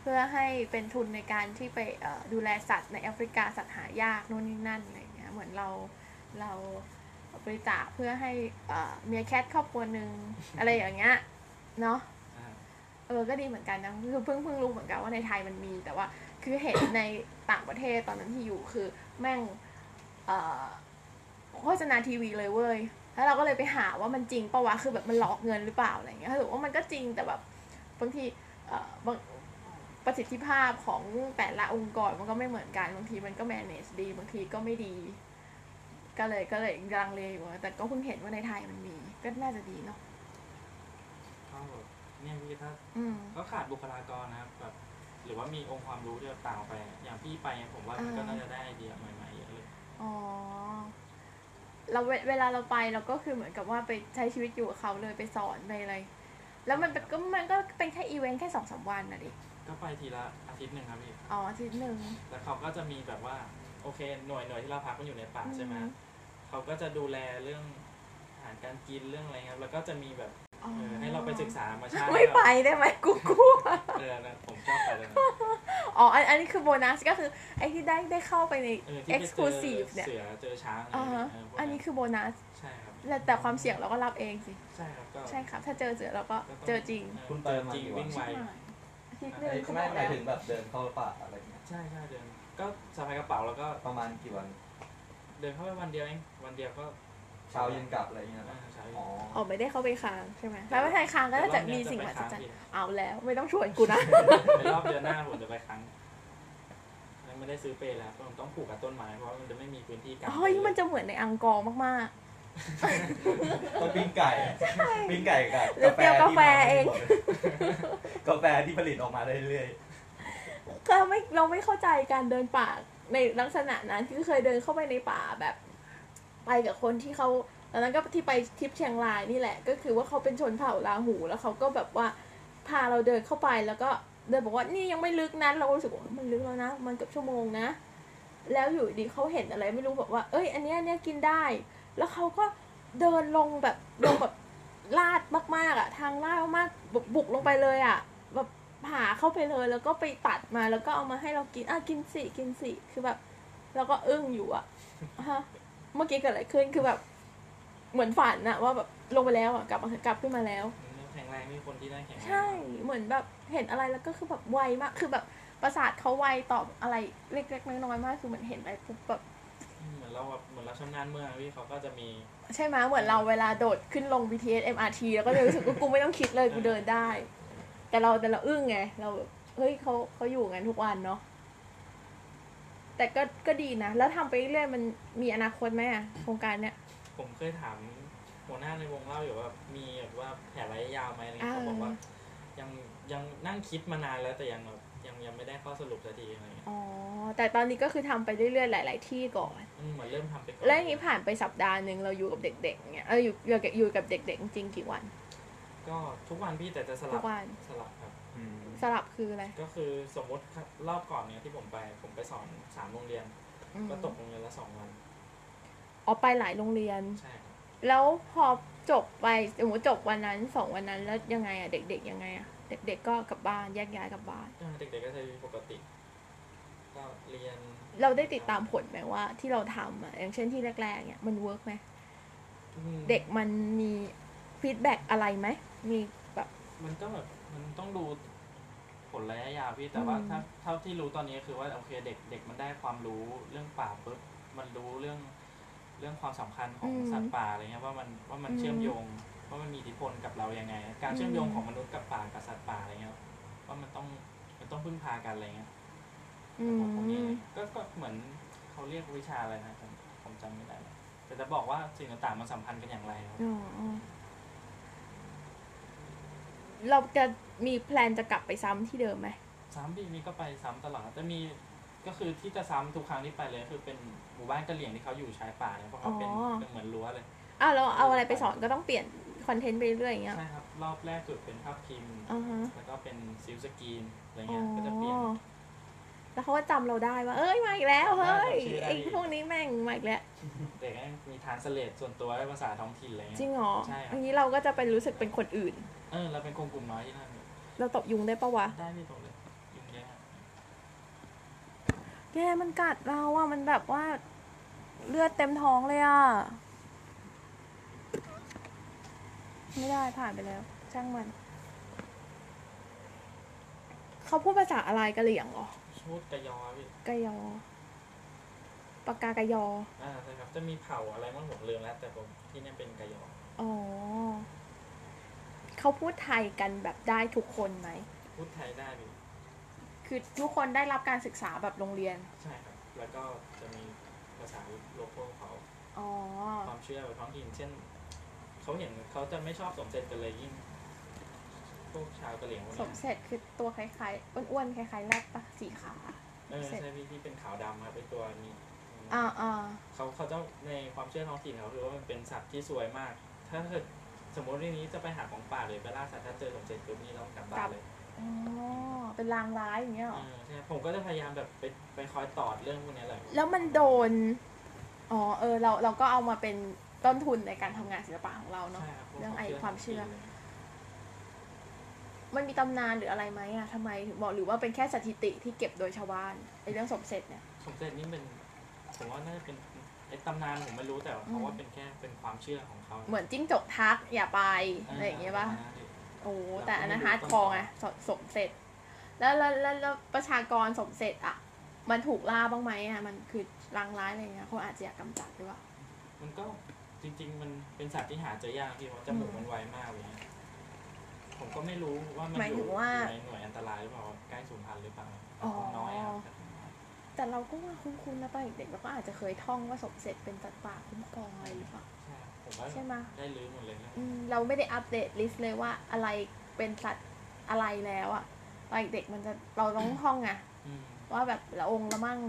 [SPEAKER 2] เพื่อให้เป็นทุนในการที่ไปเอ่อดูแลสัตว์ในแอฟริกาสัตว์หายากนู่นนี่นั่นอะไรอย่างเงี้ยเหมือนเราเราบริจาคเพื่อให้เอ่อเมียแคทครอบครัวหนึ่ง อะไรอย่างเงี้ยเนาะ
[SPEAKER 3] อ่า
[SPEAKER 2] เออก็ดีเหมือนกันนะคือเพิ่งเพิ่งรู้เหมือนกันว่าในไทยมันมี แต่ว่าคือเห็น ในต่างประเทศตอนนั้นที่อยู่คือแม่งเอ่อ โฆษณาทีวีเลยเว้ย แล้วเราก็เลยไปหาว่ามันจริงปะวะ คือแบบมันหลอกเงินหรือเปล่าอะไรเงี้ยหรือว่ามันก็จริงแต่แบบบางทีเอ่อบางประสิทธิภาพของแต่ละองค์กรมันก็ไม่เหมือนกัน บางทีมันก็ manage ดี บางทีก็ไม่ดี ก็เลยก็เลยยังลังเลอยู่อะแต่ก็เพิ่งเห็นว่าในไทยมันมี ก็น่าจะดีเนาะ
[SPEAKER 3] ก็เนี่ยพี่ถ้า
[SPEAKER 2] อืม
[SPEAKER 3] ก็ขาดบุคลากรนะครับแบบหรือว่ามีองค์ความรู้ที่แบบต่างออกไป อย่างพี่ไปเนี่ยผมว่ามันก็
[SPEAKER 2] อ่า
[SPEAKER 3] น่าจะได้ไอเดียใหม่ๆเยอะเลย
[SPEAKER 2] อ๋อเราเวเวลาเราไปเราก็คือเหมือนกับว่าไปใช้ชีวิตอยู่กับเขาเลยไปสอนไปอะไร แล้วมันก็มันก็เป็นแค่อีเวนต์แค่สองสามวันน่ะดิ
[SPEAKER 3] ก็ไปทีละอาทิตย์หนึ่งครับพี่
[SPEAKER 2] อ๋ออาทีหนึ่ง
[SPEAKER 3] แล้วเขาก็จะมีแบบว่าโอเคหน่วยหน่วยที่เราพักมันอยู่ในป่า
[SPEAKER 2] อืม
[SPEAKER 3] ใช่ไหมเขาก็จะดูแลเรื่องอาหารการกินเรื่องอะไรครับแล้วก็จะมีแบบ
[SPEAKER 2] อ๋อ
[SPEAKER 3] เออให้เราไปศึกษามาใช้
[SPEAKER 2] ไม่ไปได้ไหมกูกลัว
[SPEAKER 3] เออนะผมชอบไปเลยนะ
[SPEAKER 2] อ๋ออันอันนี้คือโบนัสก็คือไอ้ที่ได้ได้เข้าไปใน
[SPEAKER 3] เออที่ไปเจอ
[SPEAKER 2] exclusive เนี่ย
[SPEAKER 3] เสือเจอช้างอะไร
[SPEAKER 2] อ่า
[SPEAKER 3] เนี่
[SPEAKER 2] ฮะ
[SPEAKER 3] ยเพวก
[SPEAKER 2] อันนี้คือโบนัส
[SPEAKER 3] ใช่ครับ
[SPEAKER 2] แล้วแต่ความเสี่ยงเราก็รับเองสิ
[SPEAKER 3] ใช่ครับก็
[SPEAKER 2] ใช่ครับ ถ้าเจอเจอเราก็
[SPEAKER 3] ก็ต้
[SPEAKER 2] เจอจริง
[SPEAKER 3] เ
[SPEAKER 4] คุณไปมา
[SPEAKER 3] เจอจริง
[SPEAKER 4] กี่วัน
[SPEAKER 3] วิ่งไ
[SPEAKER 2] อา
[SPEAKER 3] ว
[SPEAKER 2] ทิตย์หนึ่งเขาบ
[SPEAKER 4] ไม่
[SPEAKER 2] อก
[SPEAKER 4] ห
[SPEAKER 2] แล้
[SPEAKER 4] มายว ถึงแบบเดินเข้าป่าอะไรเงี้ย
[SPEAKER 3] ใช่ใช่เดินก็สะพายกระเป๋าแล้วก็
[SPEAKER 4] ประมาณกี่วัน
[SPEAKER 3] เดินเข้าไปวันเดียวเองวันเดียวก็
[SPEAKER 4] เช้าเย็นกลับอะไรเงี้ย
[SPEAKER 3] อ่า
[SPEAKER 4] นะ
[SPEAKER 3] ใช่
[SPEAKER 2] [laughs]
[SPEAKER 4] อ๋อ
[SPEAKER 2] อ๋อไม่ได้เข้าไปค้างใช่ไหมแล้วถ้าใครค้างก็น่าจะมีสิ่งมหัศจรรย์เอาแล้วไม่ต้องชวนกูนะ
[SPEAKER 3] ในรอบเดือนหน้าผมจะไปครั้งยังไม่ได้ซื้อเปรย์แล้วผมต้องผูกกับต้นไม้เพราะมันจะไม่มีพื้นที่กัน
[SPEAKER 2] เฮ้ยมันจะเหมือนในอังกอร์มาก
[SPEAKER 4] ต้องปิ้งไก่ปิ้งไก่กับ
[SPEAKER 2] หรือเปรี้ยวกาแฟเอง
[SPEAKER 4] กาแฟที่ผลิตออก
[SPEAKER 2] [laughs]
[SPEAKER 4] มาเรื่อย
[SPEAKER 2] ๆก็ไม่เราไม่เข้าใจการเดินป่าในลักษณะนั้นคือเคยเดินเข้าไปในป่าแบบ ไปกับคนที่เขาตอนนั้นก็ที่ไปทริปเชียงรายนี่แหละ ก็คือว่าเขาเป็นชนเผ่าลาหูแล้วเขาก็แบบว่าพาเราเดินเข้าไปแล้วก็เดินบอกว่านี่ยังไม่ลึกนะเราก็รู้สึกว่ามันลึกแล้วนะ มันเกือบชั่วโมงนะ แล้วอยู่ดีเขาเห็นอะไรไม่รู้แบบว่า เอ้ย อันเนี้ยอันเนี้ยกินได้ แล้วเขาก็เดินลงแบบ ลงแบบลาดมากๆอ่ะ ทางลาดมากๆแบบบุกลงไปเลยอ่ะ แบบผ่าเข้าไปเลยแล้วก็ไปตัดมาแล้วก็เอามาให้เรากินอ่ะกินสิกินสิคือแบบเราก็อึ้งอยู่อ่ะฮะเมื่อกี้เกิดอะไรขึ้นคือแบบ เหมือนฝันอะว่าแบบลงไปแล้วอะกลับมากลับขึ้นมาแล้ว
[SPEAKER 3] แข็งแรงมีคนที่ได้แข็งแรง
[SPEAKER 2] ใช่เหมือนแบบเห็นอะไรแล้วก็คือแบบไวมาก คือแบบประสาทเขาไวตอบอะไรเล็กๆน้อยๆมากคือเหมือนเห็นอะไรปุ๊บแบบ
[SPEAKER 3] เหมือนเราแบบเหมือนเราชำนาญเมืองพี่เขาก็จะมี
[SPEAKER 2] ใช่ไหมเหมือนเราเวลาโดดขึ้นลง BTS MRT แล้วก็จะรู้สึกว่า กูไม่ต้องคิดเลยกูเดินได้ แต่เราแต่เราอึ้งไง เราแบบเฮ้ยเขาเขาอยู่กันทุกวันเนาะแต่ก็ก็ดีนะ แล้วทำไปเรื่อยๆมันมีอนาคตไหมอะโครงการเนี้ย
[SPEAKER 3] ผมเคยถามหัวหน้าในวงเล่าอยู่ว่ามีแบบว่าแผนระยะยาวไหมอะไรเงี้ย
[SPEAKER 2] อ่า
[SPEAKER 3] เขาบอกว่า ยังยังนั่งคิดมานานแล้วแต่ยังแบบยังยังไม่ได้ข้อสรุปสักทีอะไรเงี้ย
[SPEAKER 2] อ๋อแต่ตอนนี้ก็คือทำไปเรื่อยๆหลาย ๆ ที่ก่อน
[SPEAKER 3] อืมเหมือนเริ่มทำไปก่อน
[SPEAKER 2] แล้วอย่างนี้ผ่านไปสัปดาห์หนึ่งเราอยู่กับเด็กๆเนี่ยเอออยู่อยู่กับอยู่กับเด็ก ๆ จริงๆกี่วัน
[SPEAKER 3] ก็ทุกวันพี่แต่จะส
[SPEAKER 2] ทุ
[SPEAKER 3] ลับ
[SPEAKER 2] กวัน
[SPEAKER 3] สลับครับ
[SPEAKER 4] ๆอืม
[SPEAKER 2] สลับคืออะไร
[SPEAKER 3] ก็คือสมมติครับรอบก่อนเนี่ยที่ผมไปผมไปสอนสามโรงเรียน
[SPEAKER 2] อืม
[SPEAKER 3] ก็ตกโรงเรียนละสองวัน
[SPEAKER 2] ออกไปหลายโรงเรียน
[SPEAKER 3] ใช่ครับ
[SPEAKER 2] แล้วพอจบไปสมมติจบวันนั้นสองวันนั้นแล้วยังไงอะเด็กๆยังไงอะเด็ก ๆ ก็กลับบ้านแยกย้ายกลับบ้าน
[SPEAKER 3] ก็เด็กๆก็ใช้ชีวิตปกติ ก็เรียน
[SPEAKER 2] เราได้ติดตามผลไหมว่าที่เราทำอะอย่างเช่นที่แรกๆเนี่ยมันเวิร์กไหม
[SPEAKER 3] อืม
[SPEAKER 2] เด็กมันมีฟีดแบ็กอะไรไหมมีแบบ
[SPEAKER 3] มันก็แบบมันต้องดูผลระยะยาวพี่แต่ว่า
[SPEAKER 2] อืม
[SPEAKER 3] ถ้าเท่าที่รู้ตอนนี้คือว่าโอเคเด็กเด็กมันได้ความรู้เรื่องป่าปุ๊บมันรู้เรื่องเรื่องความสำคัญของสัตว์ป่าอะไรเงี้ยว่ามันว่ามันเชื่อมโยงว่ามันมีอิทธิพลกับเรายังไง การเชื่อมโยงของมนุษย์กับป่ากับสัตว์ป่าอะไรเงี้ยว่ามันต้องมันต้องพึ่งพากันอะไรเงี้ย
[SPEAKER 2] อื
[SPEAKER 3] ของพวกนี้
[SPEAKER 2] ม
[SPEAKER 3] ก็ก็เหมือนเขาเรียกวิชาอะไรนะผมผมจำไม่ได้แล้วแต่จะบอกว่าสิ่งต่างๆมันสัมพันธ์กันอย่างไรครับ
[SPEAKER 2] อ๋อเราจะมีแพลนจะกลับไปซ้ำที่เดิมไหม
[SPEAKER 3] ซ้ำปีนี้ก็ไปซ้ำตลอดแต่มีก็คือที่จะซ้ำทุกครั้งที่ไปเลย คือเป็นหมู่บ้านกะเหรี่ยงที่เขาอยู่ชายป่าเนี่ยเพราะเขาเป็นเป็นเหมือนรั้วเลย
[SPEAKER 2] อ้าวเราเอาอะไรไปสอนก็ต้องเปลี่ยนคอนเทนต์ไปเรื่อยอย่างเงี้ย
[SPEAKER 3] ใช่ครับรอบแรกสุดเป็นภาพพิมพ์
[SPEAKER 2] อ่าฮะ
[SPEAKER 3] แล้วก็เป็นซิลสกรีนอะไร
[SPEAKER 2] อ๋
[SPEAKER 3] เงี้ยก็จะเปลี่ยน
[SPEAKER 2] อ แล้วเขาก็จำเราได้ว่า เอ้ย มาอีกแล้ว เฮ้ย
[SPEAKER 3] จำชื่อได้
[SPEAKER 2] ไอ้พวกนี้แม่งมาอีกแล้ว
[SPEAKER 3] แต่ก็มีทานสเลดส่วนตัวด้วยภาษาท้องถิ่นอะไร
[SPEAKER 2] จริ
[SPEAKER 3] เงี้
[SPEAKER 2] ง
[SPEAKER 3] ย
[SPEAKER 2] เหรอ
[SPEAKER 3] ใช่ครับ
[SPEAKER 2] อันนี้เราก็จะไปรู้สึกเป็นคนอื่น
[SPEAKER 3] เออเราเป็นคนกลุ่มน้อยที่นั่นเนี่ย
[SPEAKER 2] เราตบยุงได้ปะวะ
[SPEAKER 3] ได้ไม่ตกเลยยุ่งแย่
[SPEAKER 2] แกมันกัดเราอ่ะ มันแบบว่า เลือดเต็มท้องเลยอ่ะ ไม่ได้ผ่านไปแล้ว ช่างมัน เขาพูดภาษาอะไรกะเหลี่ยงเหรอ
[SPEAKER 3] ชุดกระยอพี่
[SPEAKER 2] กะยอปากกากะยอ
[SPEAKER 3] อ่าใช่ครับจะมีเผ่าอะไรบ้างผมลืมแล้ว แต่ผมที่เนี่ยเป็นกะยอง
[SPEAKER 2] อ๋อ เขาพูดไทยกันแบบได้ทุกคนไหม
[SPEAKER 3] พูดไทยได้พี่
[SPEAKER 2] คือทุกคนได้รับการศึกษาแบบโรงเรียน
[SPEAKER 3] ใช่ครับ แล้วก็จะมีภาษาโลโก้เขา
[SPEAKER 2] อ๋อ
[SPEAKER 3] ความเชื่อแบบท้องถิ่นเช่นเขาเห็นเขาจะไม่ชอบสมเสร็จกันเลยยิ่งพวกชาวกะเหรี่ยงพว
[SPEAKER 2] ส
[SPEAKER 3] กเนี้
[SPEAKER 2] ม
[SPEAKER 3] ย
[SPEAKER 2] เสร็จคือตัวคล้ายๆอ้วนๆคล้ายๆแรดปะสีขาวอะ
[SPEAKER 3] เออใช่พี่ที่เป็นขาวดำครับเป็นตัวนี้
[SPEAKER 2] อ่าอ่า
[SPEAKER 3] เขาเขาจะในความเชื่อท้องถิ่นเขาคือว่ามันเป็นสัตว์ที่สวยมาก ถ้าเกิดสมมติเรื่องนี้จะไปหาของป่าเลยไปล่าสัตว์ถ้าเจอสมเสร็จปุ๊บนี่เรากลับบ้านเลย
[SPEAKER 2] อ๋อเป็นลางร้ายอย่างเงี้ยเหรอ
[SPEAKER 3] เออใช่ผมก็จะพยายามแบบไปไปคอยตอดเรื่องพวกเนี้ยแหละ
[SPEAKER 2] แล้วมันโดน อ๋อเออเราเราก็เอามาเป็นต้นทุนในการทำงานศิลปะของเราเนาะ
[SPEAKER 3] ใช่ครับพวก
[SPEAKER 2] เรื่องไอ้ความเชื่อ
[SPEAKER 3] ท้ถิ่น
[SPEAKER 2] มันมีตำนานหรืออะไรไหมอะทำไมถึงบอกหรือว่าเป็นแค่สถิติที่เก็บโดยชาวบ้านไอเรื่องสมเสร็จเนี่ย
[SPEAKER 3] สมเสร็จนี่เป็นผมว่าน่าจะเป็นไอ้ตำนานผมไม่รู้แต่ว่าเขาว่าเป็นแค่เป็นความเชื่อของเขา
[SPEAKER 2] เหมือนจิ้งจกทักอย่าไปอะไรอย่างเงี้ยป่ะ โอ้แต่อันนั้นฮาร์ดคอร์ไงสสมเสร็จ แล้วแล้วแล้วแล้วประชากรสมเสร็จอ่ะ มันถูกล่าบ้างไหมอ่ะ มันคือรังร้ายอะไรเงี้ยเขาอาจจะอยากกำจัดหรือเปล่า
[SPEAKER 3] มันก็จริง ๆ มันเป็นสัตว์ที่หาเจอยากพี่เพราะจมูกมันไวมากเลยนะผมก็ไม่รู้ว่ามัน
[SPEAKER 2] หมาย
[SPEAKER 3] อ
[SPEAKER 2] ถึ
[SPEAKER 3] ยู่
[SPEAKER 2] งว่า
[SPEAKER 3] อยู่ในหน่วยอันตรายหรือเปล่าใกล้สูญพันธุ์หรือเปล่า
[SPEAKER 2] อ๋อ
[SPEAKER 3] น้อยครับ
[SPEAKER 2] แต่เราก็ว่าคุ้นๆนะป้าเด็กๆเราก็อาจจะเคยท่องว่าสมเสร็จเป็นสัตว์ป่าคุ้มครองอะไรหรือเปล่า
[SPEAKER 3] ใช่ครับผมว่า
[SPEAKER 2] ใช่ไหมะ
[SPEAKER 3] ได้รื้อหมดเลยนะ
[SPEAKER 2] อืมเราไม่ได้อัปเดตลิสต์เลยว่าอะไรเป็นสัตว์อะไรแล้วอ่ะตอนเด็กๆมันจะเราต้องท่องไง
[SPEAKER 3] อืม
[SPEAKER 2] ว่าแบบละองค์ละมั่ง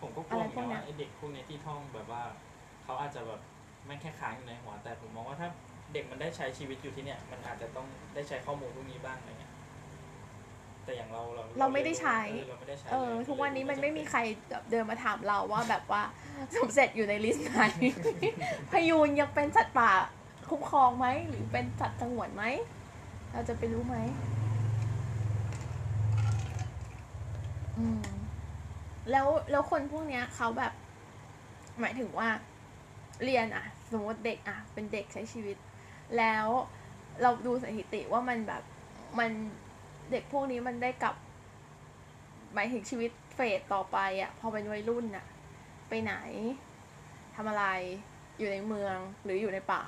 [SPEAKER 3] ผมก็กลัวเหมือนกันว่าไอเด็กพวกเนี้ยที่ท่องแบบว่า เขาอาจจะแบบไม่แค่ค้างอยู่ในหัวแต่ผมมองว่าถ้าเด็กมันได้ใช้ชีวิตอยู่ที่เนี่ย มันอาจจะต้องได้ใช้ข้อมูลพวกนี้บ้างอะไรเงี้ยแต่อย่างเราเรา
[SPEAKER 2] เราไม่ได้ใช้
[SPEAKER 3] เออเราไม่ได้ใช้
[SPEAKER 2] เออ
[SPEAKER 3] ลย
[SPEAKER 2] ทุกวันนี้มันไม่มีใครแบบเดินมาถามเราว่าแบบ
[SPEAKER 3] [laughs]
[SPEAKER 2] ว่า สมเสร็จอยู่ในลิสต์ไหน [laughs] พยูนยังเป็นสัตว์ป่าคุ้มครองไหม หรือเป็นสัตว์สงวนไหม เราจะไปรู้ไหมอืม แล้วแล้วคนพวกเนี้ยเขาแบบ หมายถึงว่าเรียนอะสมมติเด็กอะเป็นเด็กใช้ชีวิต แล้วเราดูสถิติว่ามันแบบมันเด็กพวกนี้มันได้กลับ หมายถึงชีวิตเฟสต่อไปอะพอเป็นวัยรุ่นอะไปไหนทำอะไรอยู่ในเมืองหรืออยู่ในป่า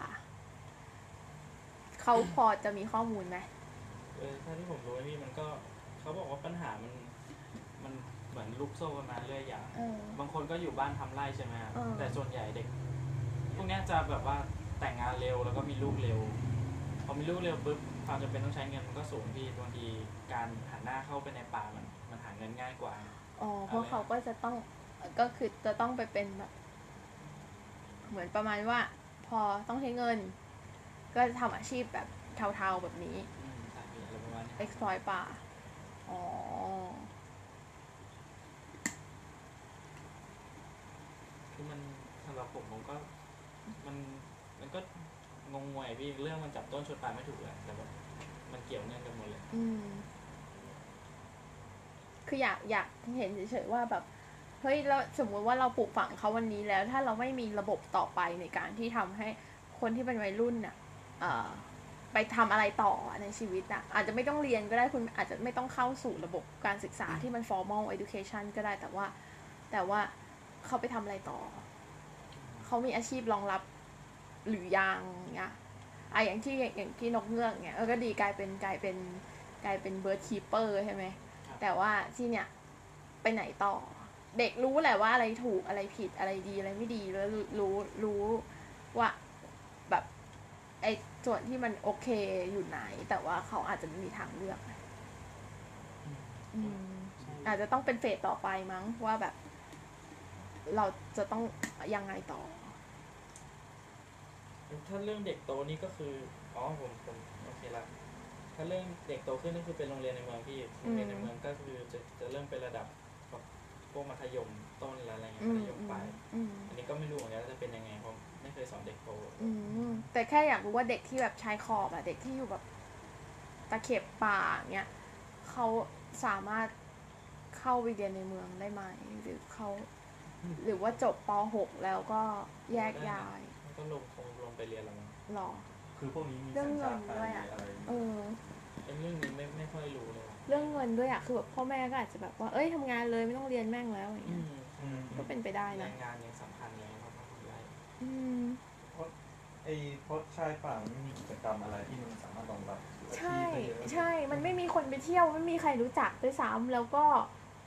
[SPEAKER 2] เขาพอจะมีข้อมูลไหม
[SPEAKER 3] เออถ้าที่ผมรู้นี่มันก็เขาบอกว่าปัญหามันมันเหมือนลูกโซ่ประมาณเรื่อยอย่าง
[SPEAKER 2] เออ
[SPEAKER 3] บางคนก็อยู่บ้านทำไร่ใช่ไหมฮะ
[SPEAKER 2] เออ
[SPEAKER 3] แต่ส่วนใหญ่เด็ก พวกเนี้ยจะแบบว่าแต่งงานเร็วแล้วก็มีลูกเร็ว พอมีลูกเร็วปุ๊บความจำเป็นต้องใช้เงินมันก็สูงพี่บางทีการหันหน้าเข้าไปในป่ามันมันหาเงินง่ายกว่า
[SPEAKER 2] อ๋อเพราะเขาก็จะต้องก็คือจะต้องไปเป็นแบบ เหมือนประมาณว่า พอต้องใช้เงิน ก็จะทำอาชีพแบบเทาๆแบบนี้
[SPEAKER 3] อืมใช่พี่อะไรประมาณเนี้ย
[SPEAKER 2] exploit ป่า อ๋อ
[SPEAKER 3] คือมันสำหรับผมผมก็ มันมันก็งงงวยพี่เรื่องมันจับต้นชนปลายไม่ถูกเลยแต่แบบมันเกี่ยวเนื่องกันหมดเลย
[SPEAKER 2] อืม คืออยากอยากเห็นเฉยๆว่าแบบ เฮ้ยเราสมมติว่าเราปลูกฝังเขาวันนี้แล้ว ถ้าเราไม่มีระบบต่อไปในการที่ทำให้คนที่เป็นวัยรุ่นน่ะ เอ่อ ไปทำอะไรต่อในชีวิตน่ะ อาจจะไม่ต้องเรียนก็ได้คุณอาจจะไม่ต้องเข้าสู่ระบบการศึกษาที่มัน formal education ก็ได้แต่ว่า แต่ว่าเขาไปทำอะไรต่อ เขามีอาชีพรองรับหรือยังเนี่ยไอะอย่างที่อย่างที่นกเงือกเนี่ยเออก็ดีกลายเป็นกลายเป็นกลายเป็นเบิร์ดคีเปอร์ใช่ไหม
[SPEAKER 3] ครับ
[SPEAKER 2] แต่ว่าที่เนี่ยไปไหนต่อ เด็กรู้แหละว่าอะไรถูกอะไรผิดอะไรดีอะไรไม่ดีแล้วรู้รู้รู้ว่าแบบไอ้ส่วนที่มันโอเคอยู่ไหน แต่ว่าเขาอาจจะไม่มีทางเลือกอืม อาจจะต้องเป็นเฟสต่อไปมั้งว่าแบบ เราจะต้องยังไงต่อ
[SPEAKER 3] ถ้าเรื่องเด็กโตนี่ก็คือ อ๋อผมผมโอเคละ ถ้าเรื่องเด็กโตขึ้นนี่คือเป็นโรงเรียนในเมืองพี่โรงเรียนในเมืองก็คือจะจะเริ่มเป็นระดับแบบพวกมัธยมต้นและอะไรเงี้ย
[SPEAKER 2] อื
[SPEAKER 3] มั
[SPEAKER 2] ม
[SPEAKER 3] ธยมปลาย
[SPEAKER 2] อืม
[SPEAKER 3] อันนี้ก็ไม่รู้เหมือนกันว่าจะเป็นยังไงเพราะไม่เคยสอนเด็กโต
[SPEAKER 2] อืมแต่แค่อยากรู้ว่าเด็กที่แบบชายขอบอะเด็กที่อยู่แบบตะเข็บป่าอย่างเงี้ยเขาสามารถเข้าไปเรียนในเมืองได้ไหมหรือเขาหรือว่าจบป .6 แล้วก็แยกย้าย
[SPEAKER 3] แล้วก็ลงคงลงไปเรียนละมั้ง
[SPEAKER 2] หรอ
[SPEAKER 4] คือพวกนี้มี
[SPEAKER 2] เรื่
[SPEAKER 4] สั
[SPEAKER 2] อง
[SPEAKER 4] ญ
[SPEAKER 2] เงิ
[SPEAKER 4] ชาน ติไท
[SPEAKER 2] ด้วย
[SPEAKER 4] ย
[SPEAKER 2] อะ
[SPEAKER 4] อะไรอย่าง
[SPEAKER 2] เอ
[SPEAKER 4] เงี้ย
[SPEAKER 2] อ
[SPEAKER 3] เป็นเรื่องนี้ไม่ไม่ค่อยรู้เลยว่ะ
[SPEAKER 2] เรื่องเงินด้วยอะคือแบบพ่อแม่ก็อาจจะแบบว่าเอ้ยทำงานเลยไม่ต้องเรียนแม่งแล้วอย่าง
[SPEAKER 3] อื
[SPEAKER 2] เงี้ย
[SPEAKER 3] ม
[SPEAKER 4] ม
[SPEAKER 2] ก็เป็นไปได้
[SPEAKER 3] แร
[SPEAKER 2] นะ
[SPEAKER 3] งงานยังสำคัญเลยเราต้องทำได้
[SPEAKER 2] อืม
[SPEAKER 4] ไอ้เพราะชายป่ามันไม่มีกิจกรรมอะไรที่มันสามารถรองรับอาชี
[SPEAKER 2] ใช่
[SPEAKER 4] พได้เยอะ
[SPEAKER 2] ใช่ มันไม่มีคนไปเที่ยวไม่มีใครรู้จักด้วยซ้ำแล้วก็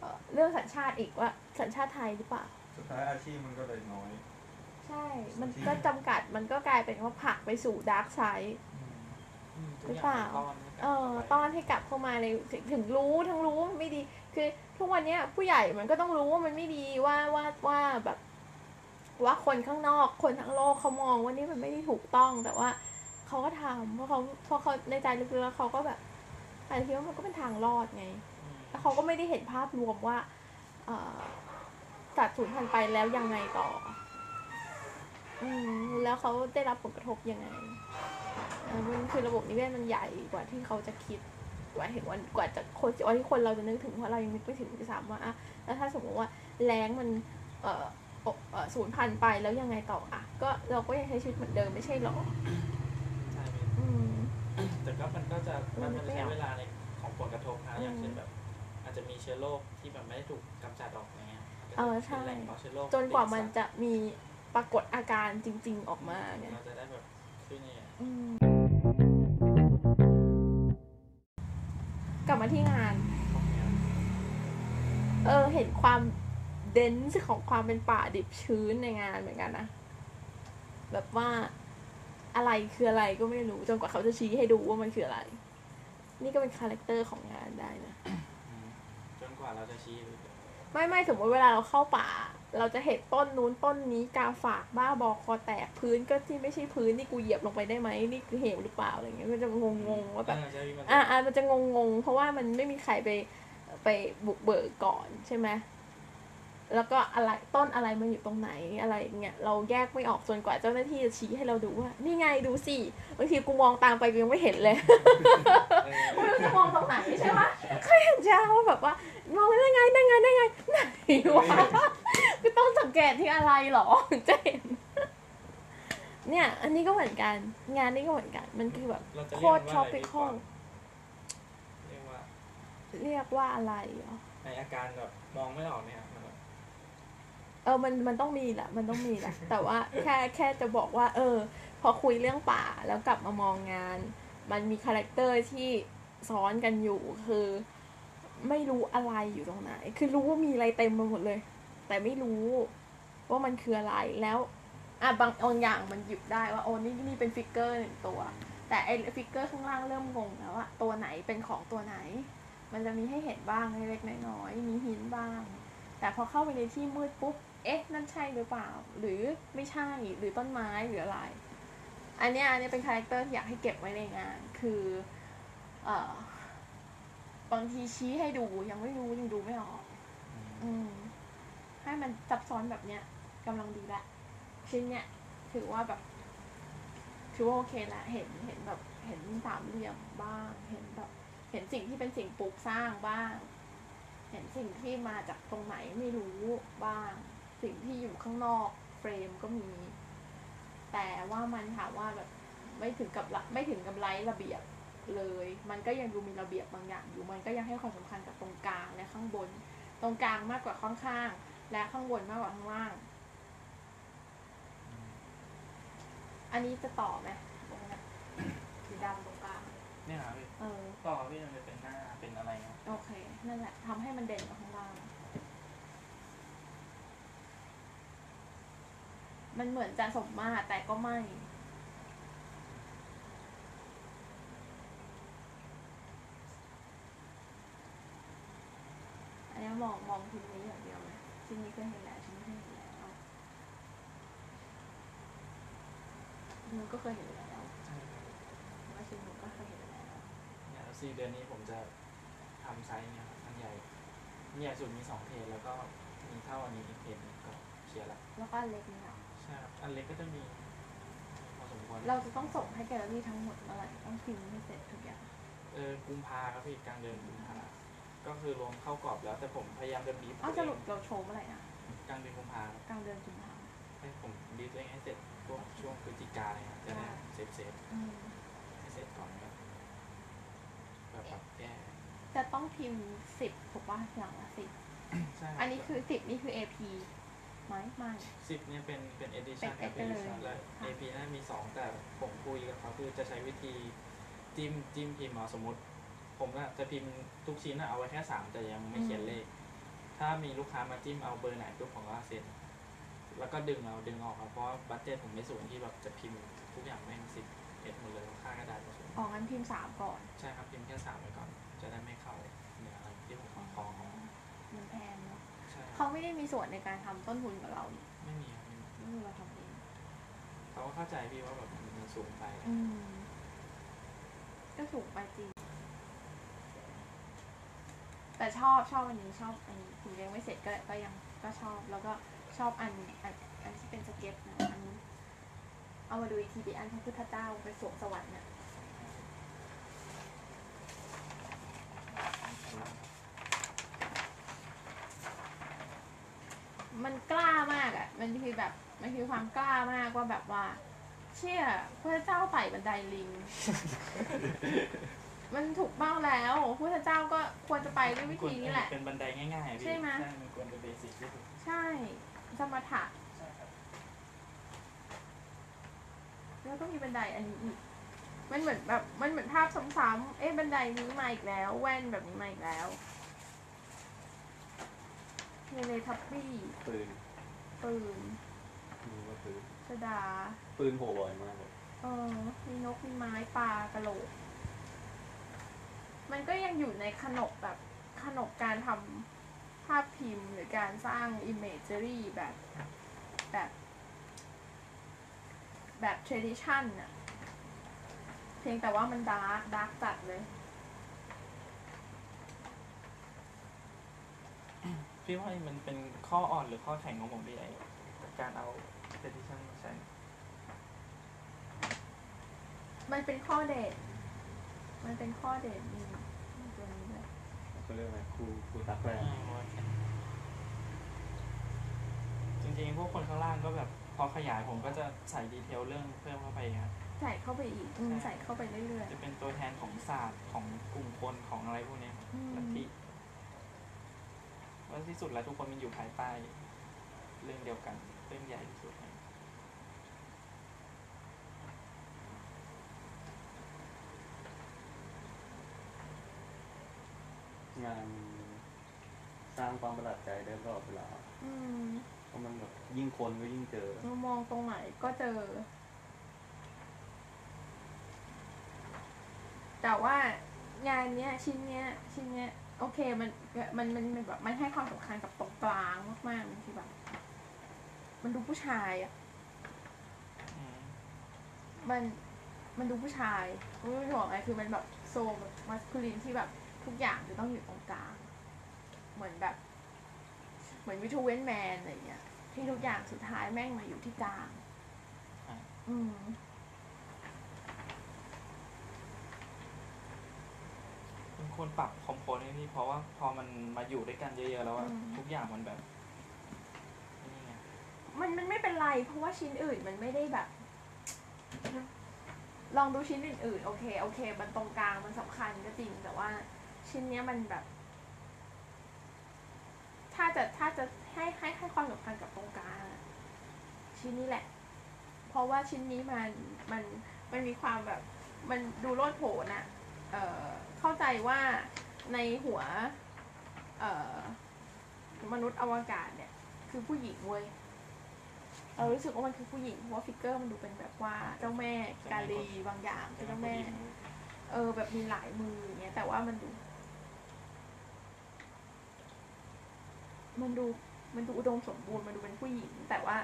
[SPEAKER 2] เอ่อเรื่องสัญชาติอีกว่าสัญชาติไทยหรือเปล่า
[SPEAKER 4] สุดท้ายอาชีพมันก็เลยน้อย
[SPEAKER 2] ใช่ ใช่ มันก็จำกัดมันก็กลายเป็นว่าผลักไปสู่ดาร์กไซด์
[SPEAKER 3] อืมทุก
[SPEAKER 2] หรือเป
[SPEAKER 3] อย่ง
[SPEAKER 2] ล่า
[SPEAKER 3] ต้อนให้กลับ
[SPEAKER 2] เออ
[SPEAKER 3] ไป
[SPEAKER 2] ตอนให้กลับเข้ามาในถึงถึงรู้ทั้งรู้ว่ามันไม่ดี คือทุกวันเนี้ยผู้ใหญ่มันก็ต้องรู้ว่ามันไม่ดีว่าว่าว่าแบบ ว่าคนข้างนอกคนทั้งโลกเขามองว่านี่มันไม่ได้ถูกต้อง แต่ว่าเขาก็ทำเพราะเขาเพราะเขาในใจลึกๆแล้วเขาก็แบบอาจจะคิดว่ามันก็เป็นทางรอดไง แล้วเขาก็ไม่ได้เห็นภาพรวมว่าเอ่อตัดสูญพันธุ์ไปแล้วยังไงต่อ อืมแล้วเขาได้รับผลกระทบยังไงอ่ามันคือระบบนิเวศมันใหญ่กว่าที่เขาจะคิดกว่าเห็นวันกว่าจะคนกว่าที่คนเราจะนึกถึงเพราะเรายังนึกไม่ถึงด้วยซ้ำว่าอ่ะแล้วถ้าสมมติว่าแล้งมันเอ่ออบเอ่อสูญพันธุ์ไปแล้วยังไงต่ออ่ะก็เราก็ยังใช้ชีวิตเหมือนเดิมไม่ใช่หรอ
[SPEAKER 3] ใช่
[SPEAKER 2] อืม
[SPEAKER 3] แต่ก็มันก็จะมันมัน
[SPEAKER 2] ไม่
[SPEAKER 3] ใช้
[SPEAKER 2] เอา
[SPEAKER 3] เวลาในของผลกระทบนะอย่างเช่น
[SPEAKER 2] อืม
[SPEAKER 3] แบบ อาจจะมีเชื้อโรคที่แบบไม่ได้ถูกกำจัดออกอย่างเงี้ย
[SPEAKER 2] เออใช่
[SPEAKER 3] แหล่งเพาะเชื้อโรค
[SPEAKER 2] จนกว่ามันจะมีปรากฏอาการจริง ๆ ออกมาไง
[SPEAKER 3] เราจะได้แบบขึ้นเนี่ย
[SPEAKER 2] อืมกลับมาที่งาน เออเห็นความเดนส์ของความเป็นป่าดิบชื้นในงานเหมือนกันนะ แบบว่าอะไรคืออะไรก็ไม่รู้จนกว่าเขาจะชี้ให้ดูว่ามันคืออะไร นี่ก็เป็นคาแรคเตอร์ของงานได้นะ
[SPEAKER 3] อืมจนกว่าเราจะชี้หรือ
[SPEAKER 2] ไม่ไม่สมมติเวลาเราเข้าป่า เราจะเห็นต้นนู้นต้นนี้กาฝากบ้าบอคอแตกพื้นก็ที่ไม่ใช่พื้นนี่กูเหยียบลงไปได้ไหมนี่คือเหวหรือเปล่าอะไรอย่างเงี้ยมันจะงงๆว่าแบบ
[SPEAKER 3] เออใช่พี่มัน
[SPEAKER 2] อ่าอ่ามันจะงงงๆ เพราะว่ามันไม่มีใครไปไปบุกเบิกก่อนใช่ไหม แล้วก็อะไรต้นอะไรมันอยู่ตรงไหนอะไรอย่างเงี้ยเราแยกไม่ออกจนกว่าเจ้าหน้าที่จะชี้ให้เราดูว่า นี่ไงดูสิบางทีกูมองตามไปกูยังไม่เห็นเลย
[SPEAKER 3] เอ
[SPEAKER 2] ไม่
[SPEAKER 3] อ
[SPEAKER 2] รู้จะมองตรงไหนใช่ไหมเคยเห็นจ้าว่าแบบว่ามองได้ไงได้ไงได้ไงไหนวะก็ต้องสังเกตที่อะไรหรอถึงจะเห็น เนี่ย อันนี้ก็เหมือนกัน งานนี้ก็เหมือนกัน มันคือแบบ
[SPEAKER 3] เราจะ
[SPEAKER 2] โค
[SPEAKER 3] เรีย
[SPEAKER 2] ตร
[SPEAKER 3] ก
[SPEAKER 2] ชอบ
[SPEAKER 3] ว่าอะไร
[SPEAKER 2] ไป
[SPEAKER 3] ดี
[SPEAKER 2] โค
[SPEAKER 3] กว่า
[SPEAKER 2] ตร
[SPEAKER 3] เรียก
[SPEAKER 2] เรียก
[SPEAKER 3] ว่า
[SPEAKER 2] ว่าอะไรเหรอ
[SPEAKER 3] ในอาการแบบมองไม่ออกเนี่ยมันแบบ
[SPEAKER 2] เออ มัน มันต้องมีแหละ มันต้องมีแหละ แต่ว่าแค่ แค่จะบอกว่า เออ พอคุยเรื่องป่าแล้วกลับมามองงาน มันมีคาแรคเตอร์ที่ซ้อนกันอยู่ คือ ไม่รู้อะไรอยู่ตรงไหน คือรู้ว่ามีอะไรเต็มไปหมดเลย แต่ไม่รู้ว่ามันคืออะไร แล้ว อ่ะ บางบางอย่างมันหยิบได้ว่า โอ้นี่นี่เป็นฟิกเกอร์หนึ่งตัว แต่ไอ้ฟิกเกอร์ข้างล่างเริ่มงงแล้วว่าตัวไหนเป็นของตัวไหน มันจะมีให้เห็นบ้างเล็กๆน้อยๆ มีหินบ้าง แต่พอเข้าไปในที่มืดปุ๊บ เอ๊ะ นั่นใช่หรือเปล่า หรือไม่ใช่ หรือต้นไม้ หรืออะไร อันเนี้ยอันเนี้ยเป็นคาแรคเตอร์ที่อยากให้เก็บไว้ในงาน คือ เอ่อ บางทีชี้ให้ดูยังไม่รู้ยังดูไม่ออก อืม ให้มันซับซ้อนแบบเนี้ยกำลังดีละ ชิ้นเนี้ยถือว่าแบบ ถือว่าโอเคละ เห็นเห็นแบบ เห็นสามเหลี่ยมบ้าง เห็นแบบ เห็นสิ่งที่เป็นสิ่งปลูกสร้างบ้าง เห็นสิ่งที่มาจากตรงไหนไม่รู้บ้าง สิ่งที่อยู่ข้างนอกเฟรมก็มี แต่ว่ามันถามว่าแบบไม่ถึงกับละไม่ถึงกับไร้ระเบียบเลย มันก็ยังดูมีระเบียบบางอย่างอยู่มันก็ยังให้ความสำคัญกับตรงกลางและข้างบน ตรงกลางมากกว่าข้างข้างๆและข้างบนมากกว่าข้างล่าง อันนี้จะต่อไหมตรงเนี้ยสีดำตรงกลาง
[SPEAKER 3] เนี่ยครับพี่
[SPEAKER 2] เออ
[SPEAKER 3] ต่อพี่มันจะเป็นหน้าเป็นอะไรเงี้ย
[SPEAKER 2] โอเค นั่นแหละทำให้มันเด่นกว่าข้างล่าง มันเหมือนจะสมมาตรแต่ก็ไม่ อันนี้มองมองทีนี้อย่างเดียวนะทีนี้ก็เห็นแล้วทีนี้ก็เห็นแล้วมันก็เคยเห็นแล้ว
[SPEAKER 3] ใช่ครับ
[SPEAKER 2] แล้วทีนี้ก็เคยเห็นแล้ว
[SPEAKER 3] เนี่ยแล้วสี่เดือนนี้ผมจะทำไซส์เนี่ยครับอันใหญ่อันใหญ่สุดมีสองเพจแล้วก็มีเท่าอันนี้อีกเพจหนึ่งก็เคลียร์ละ
[SPEAKER 2] แล้วก็อันเล็กนี่เนาะ
[SPEAKER 3] ใช่ครับอันเล็กก็จะมีพอสมควร
[SPEAKER 2] เราจะต้องส่งให้แกลเลอรี่ทั้งหมดเมื่อไหร่ต้องพิมพ์ให้เสร็จทุกอย่าง
[SPEAKER 3] เออกุมภาครับพี่กลางเดือนกุมภาก็คือรวมเข้ากรอบแล้วแต่ผมพยายามจะบีบ
[SPEAKER 2] อ้าวส
[SPEAKER 3] ตัวเอ
[SPEAKER 2] รุป
[SPEAKER 3] ง
[SPEAKER 2] เราโชว์เมื่อไหร่นะ
[SPEAKER 3] กลางเดือนกุมภาครับ
[SPEAKER 2] กลางเดือนกุมภาพันธ์
[SPEAKER 3] ให้ผมบีบตัวเองให้เสร็จพวกช่วงพฤศจิกาเลยครับจะได้
[SPEAKER 2] ได้
[SPEAKER 3] เซฟเซฟ
[SPEAKER 2] อืม
[SPEAKER 3] ให้เสร็จก่อนครับแบบปรับแก้
[SPEAKER 2] จะต้องพิมพ์สิบถูกป่ะอย่างละสิบ
[SPEAKER 3] ใช่
[SPEAKER 2] อันนี้คือสิบนี่คือ AP ไหมไม่
[SPEAKER 3] สิบเนี่ยเป็นเป็นเอดิชัน
[SPEAKER 2] เป็
[SPEAKER 3] เป็
[SPEAKER 2] Edit
[SPEAKER 3] น น
[SPEAKER 2] ไปเลย
[SPEAKER 3] edition และเอพีน่ามีสองแต่ผมคุยกับเขาคือจะใช้วิธีจิ้มจิ้มพิมพ์เอาสมมติ ผมน่ะจะพิมพ์ทุกชิ้นน่ะเอาไว้แค่สามแต่ยังไม่เขียนเลข ถ้ามีลูกค้ามาจิ้มเอาเบอร์ไหนปุ๊บผมก็เซ็น แล้วก็ดึงเอาดึงออกเอาเพราะว่าบัตเจ็ตผมไม่สูงที่แบบจะพิมพ์ทุกอย่างแม่งสิบเอ็ดหมดเลยค่ากระดาษผมสูง
[SPEAKER 2] ออกงั้นพิมพ์สามก่อน
[SPEAKER 3] ใช่ครับพิมพ์แค่สามไว้ก่อน จะได้ไม่เข้าเนื้ออะไรที่ผมขอ
[SPEAKER 2] มันแพงเนาะ
[SPEAKER 3] ใช่ครับ
[SPEAKER 2] เขาไม่ได้มีส่วนในการทำต้นทุนกับเรานี่
[SPEAKER 3] ไม่มีครับไม่มี
[SPEAKER 2] นี่เราทำเอง
[SPEAKER 3] เขาก็เข้าใจพี่ว่าแบบมันสูงไป
[SPEAKER 2] อืมก็ถูกไปจริง แต่ชอบชอบอันนี้ชอบอันนี้ถึงยังไม่เสร็จก็ก็ยังก็ชอบ แล้วก็ชอบอันอันอันที่เป็นสเก็ตนะอันนี้เอามาดูอีกทีดิอันพระพุทธเจ้าไปสวงสวรรค์น่ะมันกล้ามากอะ่ะ มันคือแบบมันคือความกล้ามากว่าแบบว่า เชี่ยพระเจ้าไต่บันไดลิง มันถูกเมาแล้วพระพุทธเจ้าก็ควรจะไปด้วยวิธีนี้แหละ
[SPEAKER 3] เป็นบันไดง่ายๆอะพี่
[SPEAKER 2] ใช่ไหม
[SPEAKER 3] ใช่มันควรเป็นเบสิกที่สุด
[SPEAKER 2] ใช่ สมถะ
[SPEAKER 3] ใช่ครับ
[SPEAKER 2] แล้วก็มีบันไดอันนี้อีก มันเหมือนแบบมันเหมือนภาพซ้ำๆ เอ๊ะบันไดนี้มาอีกแล้ว แว่นแบบนี้มาอีกแล้วเนเลทับบี้
[SPEAKER 5] ปืน
[SPEAKER 2] ปืน
[SPEAKER 5] นี่ก็คือ
[SPEAKER 2] สดา
[SPEAKER 5] ปืนโหดบ่อยมากเลย
[SPEAKER 2] เออมีนกมีไม้ปลากระโหลก มันก็ยังอยู่ในขนบแบบขนบการทำภาพพิมพ์หรือการสร้างอิมเมจรี่แบบแบบ แบบ tradition อะเพียงแต่ว่ามันดาร์กดาร์กจัดเลย
[SPEAKER 3] พี่ว่ามันเป็นข้ออ่อนหรือข้อแข็งของผมพี่ไอการเอาเซติชันมาใช้
[SPEAKER 2] มันเป็นข้อเด่นมันเป็นข้อเด่นนี่ตัวนี้เลย
[SPEAKER 5] เขาเรียกอะไรครูครูตักแรง
[SPEAKER 3] จริงๆ พวกคนข้างล่างก็แบบพอขยายผมก็จะใส่ดีเทลเรื่องเพิ่มเข้าไปครับ
[SPEAKER 2] ใส่เข้าไปอีกอืมใส่เข้าไปเรื่อย
[SPEAKER 3] จะเป็นตัวแทนของศาสตร์ของกลุ่มคนของอะไรพวกเนี้ยครับ
[SPEAKER 2] อืม
[SPEAKER 3] ลัทธิว่าที่สุดแล้วทุกคนมันอยู่ภายใต้เรื่องเดียวกันเรื่องใหญ่ที่สุดเลย
[SPEAKER 5] งานสร้างความประหลาดใจได้รอบเวลา
[SPEAKER 2] ๆ อืม
[SPEAKER 5] เพราะมันแบบยิ่งคนก็ยิ่งเจอ
[SPEAKER 2] เรามองตรงไหนก็เจอ แต่ว่างานเนี้ยชิ้นเนี้ยชิ้นเนี้ยโอเคมันมันมันมันแบบมันให้ความสำคัญกับตรงกลางมากๆมันคือแบบ มันดูผู้ชายอ่ะ
[SPEAKER 3] อืม
[SPEAKER 2] มันมันดูผู้ชายไม่รู้จะบอกไงคือมันแบบโซมแบบมัสคูลินที่แบบทุกอย่างจะต้องอยู่ตรงกลาง เหมือนแบบ เหมือนวิทูเวนแมนอะไรอย่างเงี้ยที่ทุกอย่างสุดท้ายแม่งมาอยู่ที่กลาง
[SPEAKER 3] อ่ะ
[SPEAKER 2] อืม
[SPEAKER 3] เป็นคนปรับคอมโพนให้พี่เพราะว่าพอมันมาอยู่ด้วยกันเยอะๆแล้วอะ
[SPEAKER 2] อืม
[SPEAKER 3] ทุกอย่างมันแบบนี่ไง
[SPEAKER 2] มันมันไม่เป็นไร เพราะว่าชิ้นอื่นมันไม่ได้แบบ ลองดูชิ้นอื่นๆ โอเค โอเค มันตรงกลางมันสำคัญก็จริง แต่ว่าชิ้นเนี้ยมันแบบ ถ้าจะถ้าจะให้ให้ให้ความสำคัญกับตรงกลางอะชิ้นนี้แหละ เพราะว่าชิ้นนี้มันมันมันมีความแบบ มันดูโลดโผนอะเอ่อเข้าใจว่าในหัว เอ่อมนุษย์อวกาศเนี่ย คือผู้หญิงเว้ย เรารู้สึกว่ามันคือผู้หญิงเพราะว่าฟิกเกอร์มันดูเป็นแบบว่าเจ้าแม่กาลีบางอย่างเจ้าแม่ เออแบบมีหลายมืออย่างเงี้ย แต่ว่ามันดู มันดูมันดูอุดมสมบูรณ์มันดูเป็นผู้หญิง แต่ว่า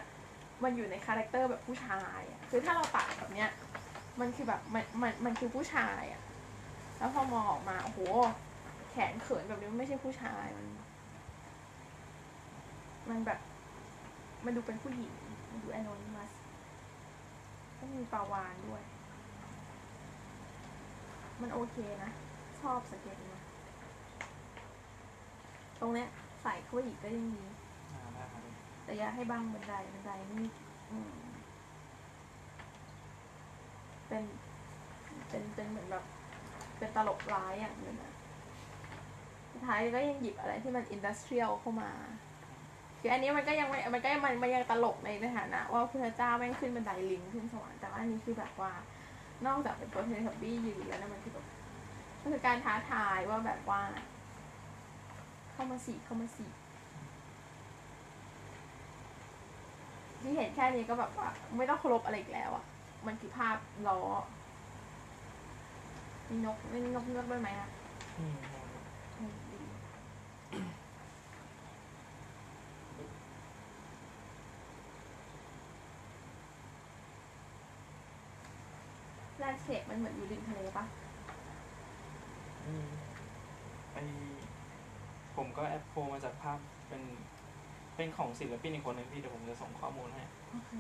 [SPEAKER 2] มันอยู่ในคาแรคเตอร์แบบผู้ชายอะคือถ้าเราตัดแบบเนี้ย มันคือแบบมันมันมันคือผู้ชายอะแล้วพอมองออกมาโอ้โห แขนเขินแบบนี้มันไม่ใช่ผู้ชายมัน มันแบบ มันดูเป็นผู้หญิง มันดูแอนนมัสก็มีปลาวานด้วย มันโอเคนะ ชอบสเก็ตนะตรงเนี้ยใส่เข้าไปอีกก็ยังดี
[SPEAKER 3] อ่าได้ครับ
[SPEAKER 2] แต่อย่าให้บังบันไดบันไดนี่อืมเป็น เป็นเป็นเหมือนแบบ เป็นตลกร้ายอย่างหนึงอะสุดท้ายก็ยังหยิบอะไรที่มันอินดัสเทรียลเข้ามาคืออันนี้มันก็ยังไม่มันก็ยังมันมันยังตลกในในฐานะ ว่าพระเจ้าแม่งขึ้นบันไดลิงขึ้นสวรรค์แต่ว่าอันนี้คือแบบว่า นอกจากเป็นตัวเทเลทับบี้ยืนแล้วนะมันคือแบบมันคือการท้าทายว่าแบบว่า เข้ามาสิเข้ามาสิ ที่เห็นแค่นี้ก็แบบว่า ไม่ต้องเคารพอะไรอีกแล้วอ่ะ มันคือภาพล้อมีนกไม่มีนกเงือกด้วยไหมอ่ะ
[SPEAKER 3] อืม
[SPEAKER 2] ดี [coughs] แลนด์สเคปมันเหมือนอยู่ริมทะเลปะ
[SPEAKER 3] อืมไอผมก็แอปโพลมาจากภาพเป็นเป็นของศิลปินอีกคนหนึ่งพี่เดี๋ยวผมจะส่งข้อมูลให้
[SPEAKER 2] โอเค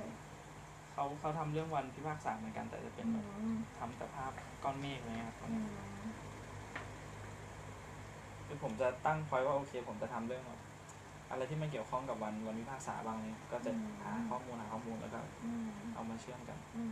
[SPEAKER 3] เขาเขาทำเรื่องวันพิพากษาเหมือนกันแต่จะเป็น
[SPEAKER 2] อื
[SPEAKER 3] แบบ
[SPEAKER 2] ม
[SPEAKER 3] ทำแต่ภาพก้อนเมฆอะไรเลยครับคน
[SPEAKER 2] อืม
[SPEAKER 3] นี้คือผมจะตั้งพอยว่าโอเค ผมจะทำเรื่องแบบอะไรที่มันเกี่ยวข้องกับวันวันพิพากษาบ้างเนี่ยก็จะ
[SPEAKER 2] อืม
[SPEAKER 3] หาข้อมูลหาข้อมูลแล้วก็
[SPEAKER 2] อืม
[SPEAKER 3] เอามาเชื่อมกัน
[SPEAKER 2] อืม